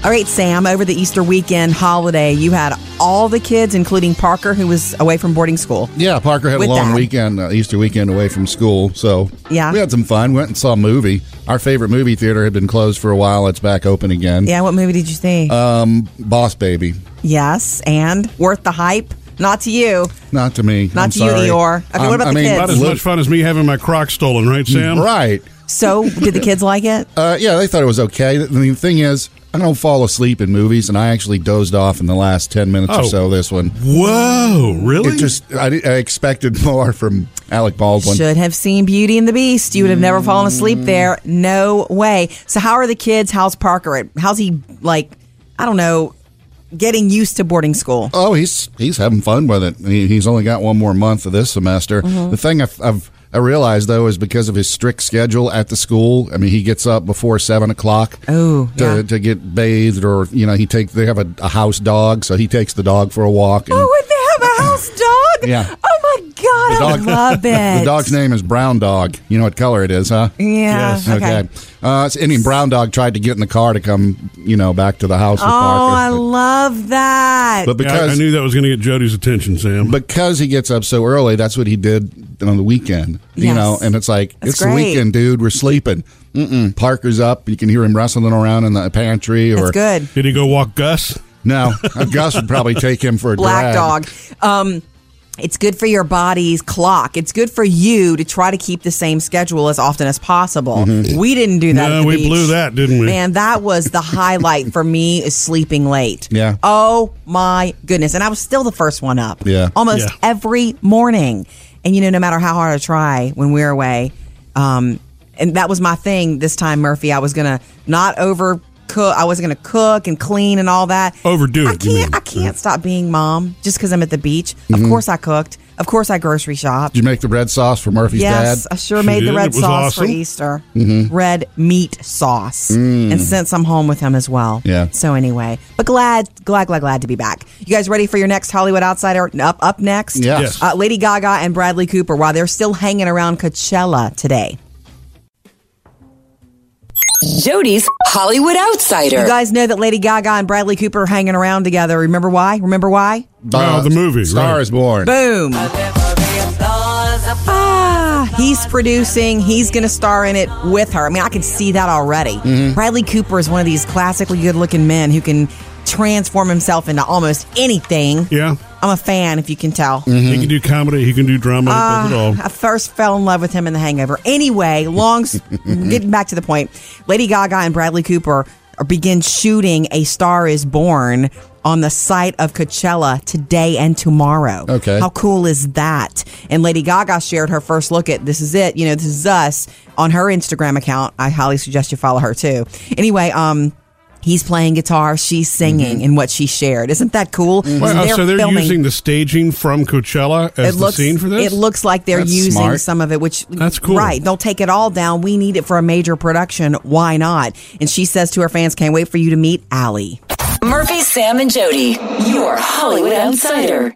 Speaker 3: All right, Sam, over the Easter weekend holiday, you had all the kids, including Parker, who was away from boarding school.
Speaker 2: Yeah, Parker had
Speaker 3: With
Speaker 2: a long
Speaker 3: Dad.
Speaker 2: weekend, uh, Easter weekend away from school, so
Speaker 3: Yeah.
Speaker 2: we had some fun. Went and saw a movie. Our favorite movie theater had been closed for a while. It's back open again.
Speaker 3: Yeah, what movie did you see?
Speaker 6: Uh,
Speaker 2: Boss Baby,
Speaker 3: yes, and worth the hype? Not to you.
Speaker 2: not to me.
Speaker 3: Not
Speaker 2: I'm
Speaker 3: to you,
Speaker 2: sorry.
Speaker 3: Eeyore. Okay, what
Speaker 2: Um,
Speaker 3: about
Speaker 2: I
Speaker 3: the
Speaker 2: mean,
Speaker 3: kids?
Speaker 1: Not as much fun as me having my Croc stolen, right, Sam?
Speaker 2: Right.
Speaker 3: So, did the kids like it?
Speaker 2: Uh, yeah, they thought it was okay. I mean, the thing is, I don't fall asleep in movies, and I actually dozed off in the last ten minutes or
Speaker 1: Oh.
Speaker 2: so. of This one,
Speaker 1: Whoa, really?
Speaker 2: it just I, di- I expected more from Alec Baldwin.
Speaker 3: Should have seen Beauty and the Beast. You would have never fallen asleep
Speaker 2: Mm.
Speaker 3: there. No way. So, how are the kids? How's Parker? How's he, like, I don't know, getting used to boarding school?
Speaker 2: Oh, he's he's having fun with it. He, he's only got one more month of this semester.
Speaker 3: Mm-hmm.
Speaker 2: The thing I've, I've I realized though is because of his strict schedule at the school. I mean, he gets up before seven o'clock.
Speaker 3: Oh,
Speaker 2: to,
Speaker 3: yeah.
Speaker 2: to get bathed, or you know, he take they have a, a house dog, so he takes the dog for a walk. And
Speaker 3: Oh, would they have a house dog?
Speaker 2: Yeah.
Speaker 3: Oh, my God.
Speaker 2: The
Speaker 3: I
Speaker 2: dog-
Speaker 3: love it.
Speaker 2: the dog's name is Brown Dog. You know what color it is, huh?
Speaker 3: Yeah.
Speaker 1: Yes.
Speaker 3: Okay.
Speaker 2: Uh, so, any Brown Dog tried to get in the car to come, you know, back to the house with
Speaker 3: Oh,
Speaker 2: Parker.
Speaker 3: I
Speaker 2: but-
Speaker 3: love that.
Speaker 2: but
Speaker 1: Yeah, I-
Speaker 2: because
Speaker 1: I, knew that was going to get Jody's attention, Sam.
Speaker 2: because he gets up so early, that's what he did on the weekend. You
Speaker 3: Yes.
Speaker 2: know, and it's like
Speaker 3: That's
Speaker 2: it's the
Speaker 3: great.
Speaker 2: weekend, dude. We're sleeping. Mm-mm. Parker's up. You can hear him rustling around in the pantry. Or
Speaker 3: That's good.
Speaker 1: Did he go walk Gus?
Speaker 2: no, Gus would probably take him for a
Speaker 3: Black
Speaker 2: drag.
Speaker 3: dog. Um, It's good for your body's clock. It's good for you to try to keep the same schedule as often as possible.
Speaker 1: Mhm.
Speaker 3: We didn't do that.
Speaker 1: No,
Speaker 3: at the
Speaker 1: we
Speaker 3: beach.
Speaker 1: blew that, didn't we?
Speaker 3: Man, that was the highlight for me is sleeping late.
Speaker 1: Yeah.
Speaker 3: Oh my goodness. And I was still the first one up.
Speaker 2: Yeah.
Speaker 3: Almost
Speaker 2: Yeah.
Speaker 3: every morning. And you know, no matter how hard I try when we're away, um, and that was my thing this time, Murphy. I was gonna not overcook. I wasn't gonna cook and clean and all that.
Speaker 1: Overdo
Speaker 3: I can't. I can't stop being mom just because I'm at the beach. Of
Speaker 2: Mhm.
Speaker 3: course, I cooked. Of course, I grocery shopped.
Speaker 2: Did you make the red sauce for Murphy's
Speaker 3: Yes,
Speaker 2: dad?
Speaker 3: I sure made the red sauce for Easter.
Speaker 2: Mhm.
Speaker 3: Red meat sauce,
Speaker 2: Mm.
Speaker 3: and since I'm home with him as well.
Speaker 2: Yeah.
Speaker 3: So anyway, but glad, glad, glad, glad to be back. You guys ready for your next Hollywood Outsider? Up, up next.
Speaker 11: Yes. Yes.
Speaker 3: Uh, Lady Gaga and Bradley Cooper, while they're still hanging around Coachella today.
Speaker 4: Jody's Hollywood Outsider.
Speaker 3: You guys know that Lady Gaga and Bradley Cooper are hanging around together. Remember why? Remember why?
Speaker 1: Oh, the movie.
Speaker 2: Star
Speaker 1: right.
Speaker 2: is Born.
Speaker 3: Boom. Ah, he's producing. He's going to star in it with her. I mean, I can see that already.
Speaker 12: Mhm.
Speaker 3: Bradley Cooper is one of these classically good looking men who can transform himself into almost anything.
Speaker 1: Yeah.
Speaker 3: I'm a fan, if you can tell.
Speaker 2: Mm-hmm.
Speaker 1: He can do comedy. He can do drama. he does it all.
Speaker 3: Ah, I first fell in love with him in The Hangover. Anyway, long s- getting back to the point, Lady Gaga and Bradley Cooper are- begin shooting A Star Is Born on the site of Coachella today and tomorrow.
Speaker 2: Okay.
Speaker 3: how cool is that? And Lady Gaga shared her first look at this is it. You know, this is us on her Instagram account. I highly suggest you follow her too. Anyway, um. He's playing guitar, she's singing, in what she shared. Isn't that cool?
Speaker 1: Well, uh, so they're
Speaker 3: filming-
Speaker 1: using the staging from Coachella as
Speaker 3: it looks,
Speaker 1: the scene for this.
Speaker 3: It looks like they're
Speaker 1: That's
Speaker 3: using
Speaker 1: smart.
Speaker 3: some of it, which
Speaker 1: That's cool.
Speaker 3: Right? They'll take it all down. We need it for a major production. Why not? And she says to her fans, "Can't wait for you to meet Allie."
Speaker 4: Murphy, Sam, and Jody, your Hollywood Outsider.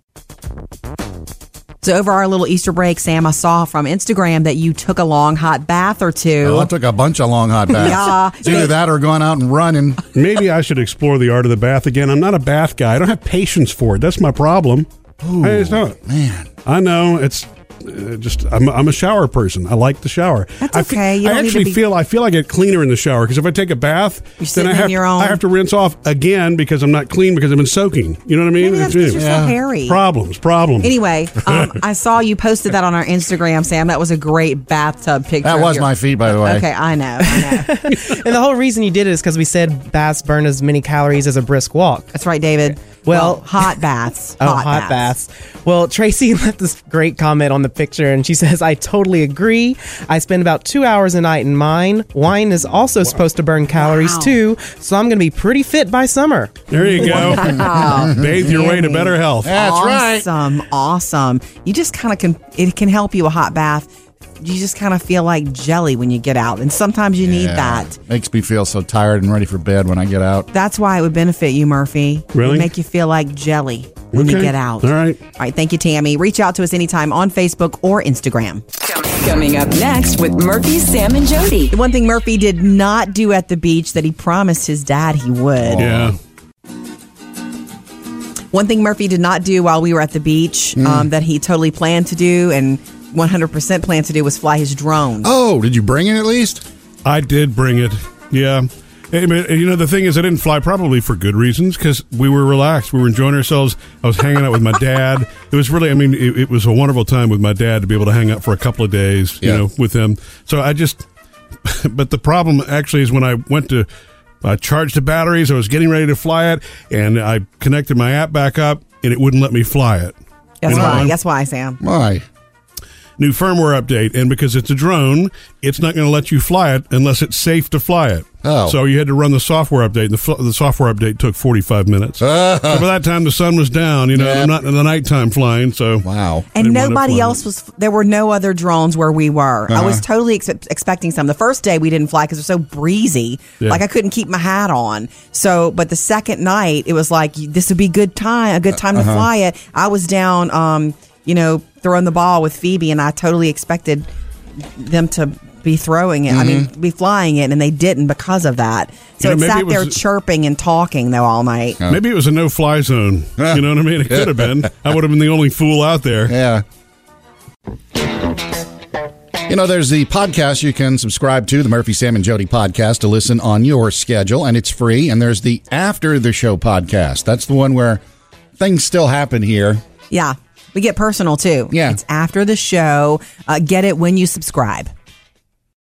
Speaker 3: So over our little Easter break, Sam, I saw from Instagram that you took a long hot bath or two.
Speaker 2: Oh, I took a bunch of long hot baths.
Speaker 3: Yeah.
Speaker 2: It's either that or going out and running.
Speaker 1: Maybe I should explore the art of the bath again. I'm not a bath guy. I don't have patience for it. That's my problem. I just don't.
Speaker 2: Man.
Speaker 1: I know it's uh, just I'm, I'm a shower person. I like the shower. That's
Speaker 3: okay. You
Speaker 1: I,
Speaker 3: don't need to
Speaker 1: actually
Speaker 3: be-
Speaker 1: feel I feel I get cleaner in the shower because if I take a bath, then
Speaker 3: sitting
Speaker 1: I
Speaker 3: in
Speaker 1: have
Speaker 3: your own-
Speaker 1: I have to rinse off again because I'm not clean because I've been soaking. You know what I mean?
Speaker 3: Maybe that's 'cause you're so Yeah. hairy.
Speaker 1: Problems, problems.
Speaker 3: Anyway, um, I saw you posted that on our Instagram, Sam. That was a great bathtub picture.
Speaker 6: That
Speaker 3: of
Speaker 6: was
Speaker 3: your-
Speaker 6: my feet, by the way.
Speaker 3: Okay, I know.
Speaker 6: and the whole reason you did it is because we said baths burn as many calories as a brisk walk.
Speaker 3: That's right, David.
Speaker 6: Well,
Speaker 3: hot baths.
Speaker 6: oh, hot, baths. Well, Tracy left this great comment on the picture, and she says, "I totally agree. I spend about two hours a night in mine. Wine is also supposed to burn calories too, so I'm going to be pretty fit by summer."
Speaker 1: There you go.
Speaker 3: Wow.
Speaker 1: Bathe your way to better health.
Speaker 3: awesome, right. Awesome, You just kind of can. It can help you a hot bath. You just kind of feel like jelly when you get out, and sometimes you need
Speaker 2: Yeah.
Speaker 3: that.
Speaker 2: Makes me feel so tired and ready for bed when I get out.
Speaker 3: That's why it would benefit you, Murphy. It would
Speaker 2: Really?
Speaker 3: make you feel like jelly when you
Speaker 2: Okay.
Speaker 3: get out.
Speaker 2: All right.
Speaker 3: All right. Thank you, Tammy. Reach out to us anytime on Facebook or Instagram.
Speaker 4: Coming up next with Murphy, Sam, and Jody.
Speaker 3: The one thing Murphy did not do at the beach that he promised his dad he would.
Speaker 1: Yeah.
Speaker 3: One thing Murphy did not do while we were at the beach
Speaker 2: Mm.
Speaker 3: um, that he totally planned to do and 100% planned to do was fly his drone.
Speaker 2: Oh, did you bring it at least?
Speaker 1: I did bring it. Yeah. Hey, but, You know, the thing is, I didn't fly probably for good reasons because we were relaxed. We were enjoying ourselves. I was hanging out with my dad. It was really, I mean, it, it was a wonderful time with my dad to be able to hang out for a couple of days, you
Speaker 2: Yeah.
Speaker 1: know, with him. So I just, but the problem actually is when I went to uh, charge the batteries, I was getting ready to fly it and I connected my app back up and it wouldn't let me fly it.
Speaker 3: That's
Speaker 1: You know,
Speaker 3: why.
Speaker 1: I'm-
Speaker 3: That's why, Sam.
Speaker 2: Why?
Speaker 1: New firmware update, and because it's a drone, it's not going to let you fly it unless it's safe to fly it.
Speaker 2: Oh.
Speaker 1: So you had to run the software update. The, fl- the software update took 45 minutes. So by that time, the sun was down. You know, I'm not in the nighttime flying, so.
Speaker 2: Wow.
Speaker 3: And nobody else was, there were no other drones where we were. I
Speaker 1: Uh-huh.
Speaker 3: was totally ex- expecting some. The first day we didn't fly because it was so breezy.
Speaker 1: Yeah.
Speaker 3: Like I couldn't keep my hat on. So, but the second night it was like, this would be good time,
Speaker 1: Uh,
Speaker 3: a good time to
Speaker 2: Uh-huh.
Speaker 3: fly it. I was down, um, you know, throwing the ball with Phoebe and I totally expected them to be throwing it. I mean, be flying it and they didn't because of that. So
Speaker 1: You know,
Speaker 3: it
Speaker 1: Mm-hmm. maybe
Speaker 3: sat
Speaker 1: it
Speaker 3: there
Speaker 1: was-
Speaker 3: chirping and talking though all night.
Speaker 1: Maybe it was a no fly zone. You know what I mean? It could have been. I would have been the only fool out there.
Speaker 2: Yeah. You know, there's the podcast you can subscribe to, the Murphy, Sam, and Jody podcast, to listen on your schedule, and it's free. And there's the After the Show podcast. That's the one where things still happen here.
Speaker 3: Yeah. We get personal too. Yeah. It's after the show. Uh, get it when you subscribe.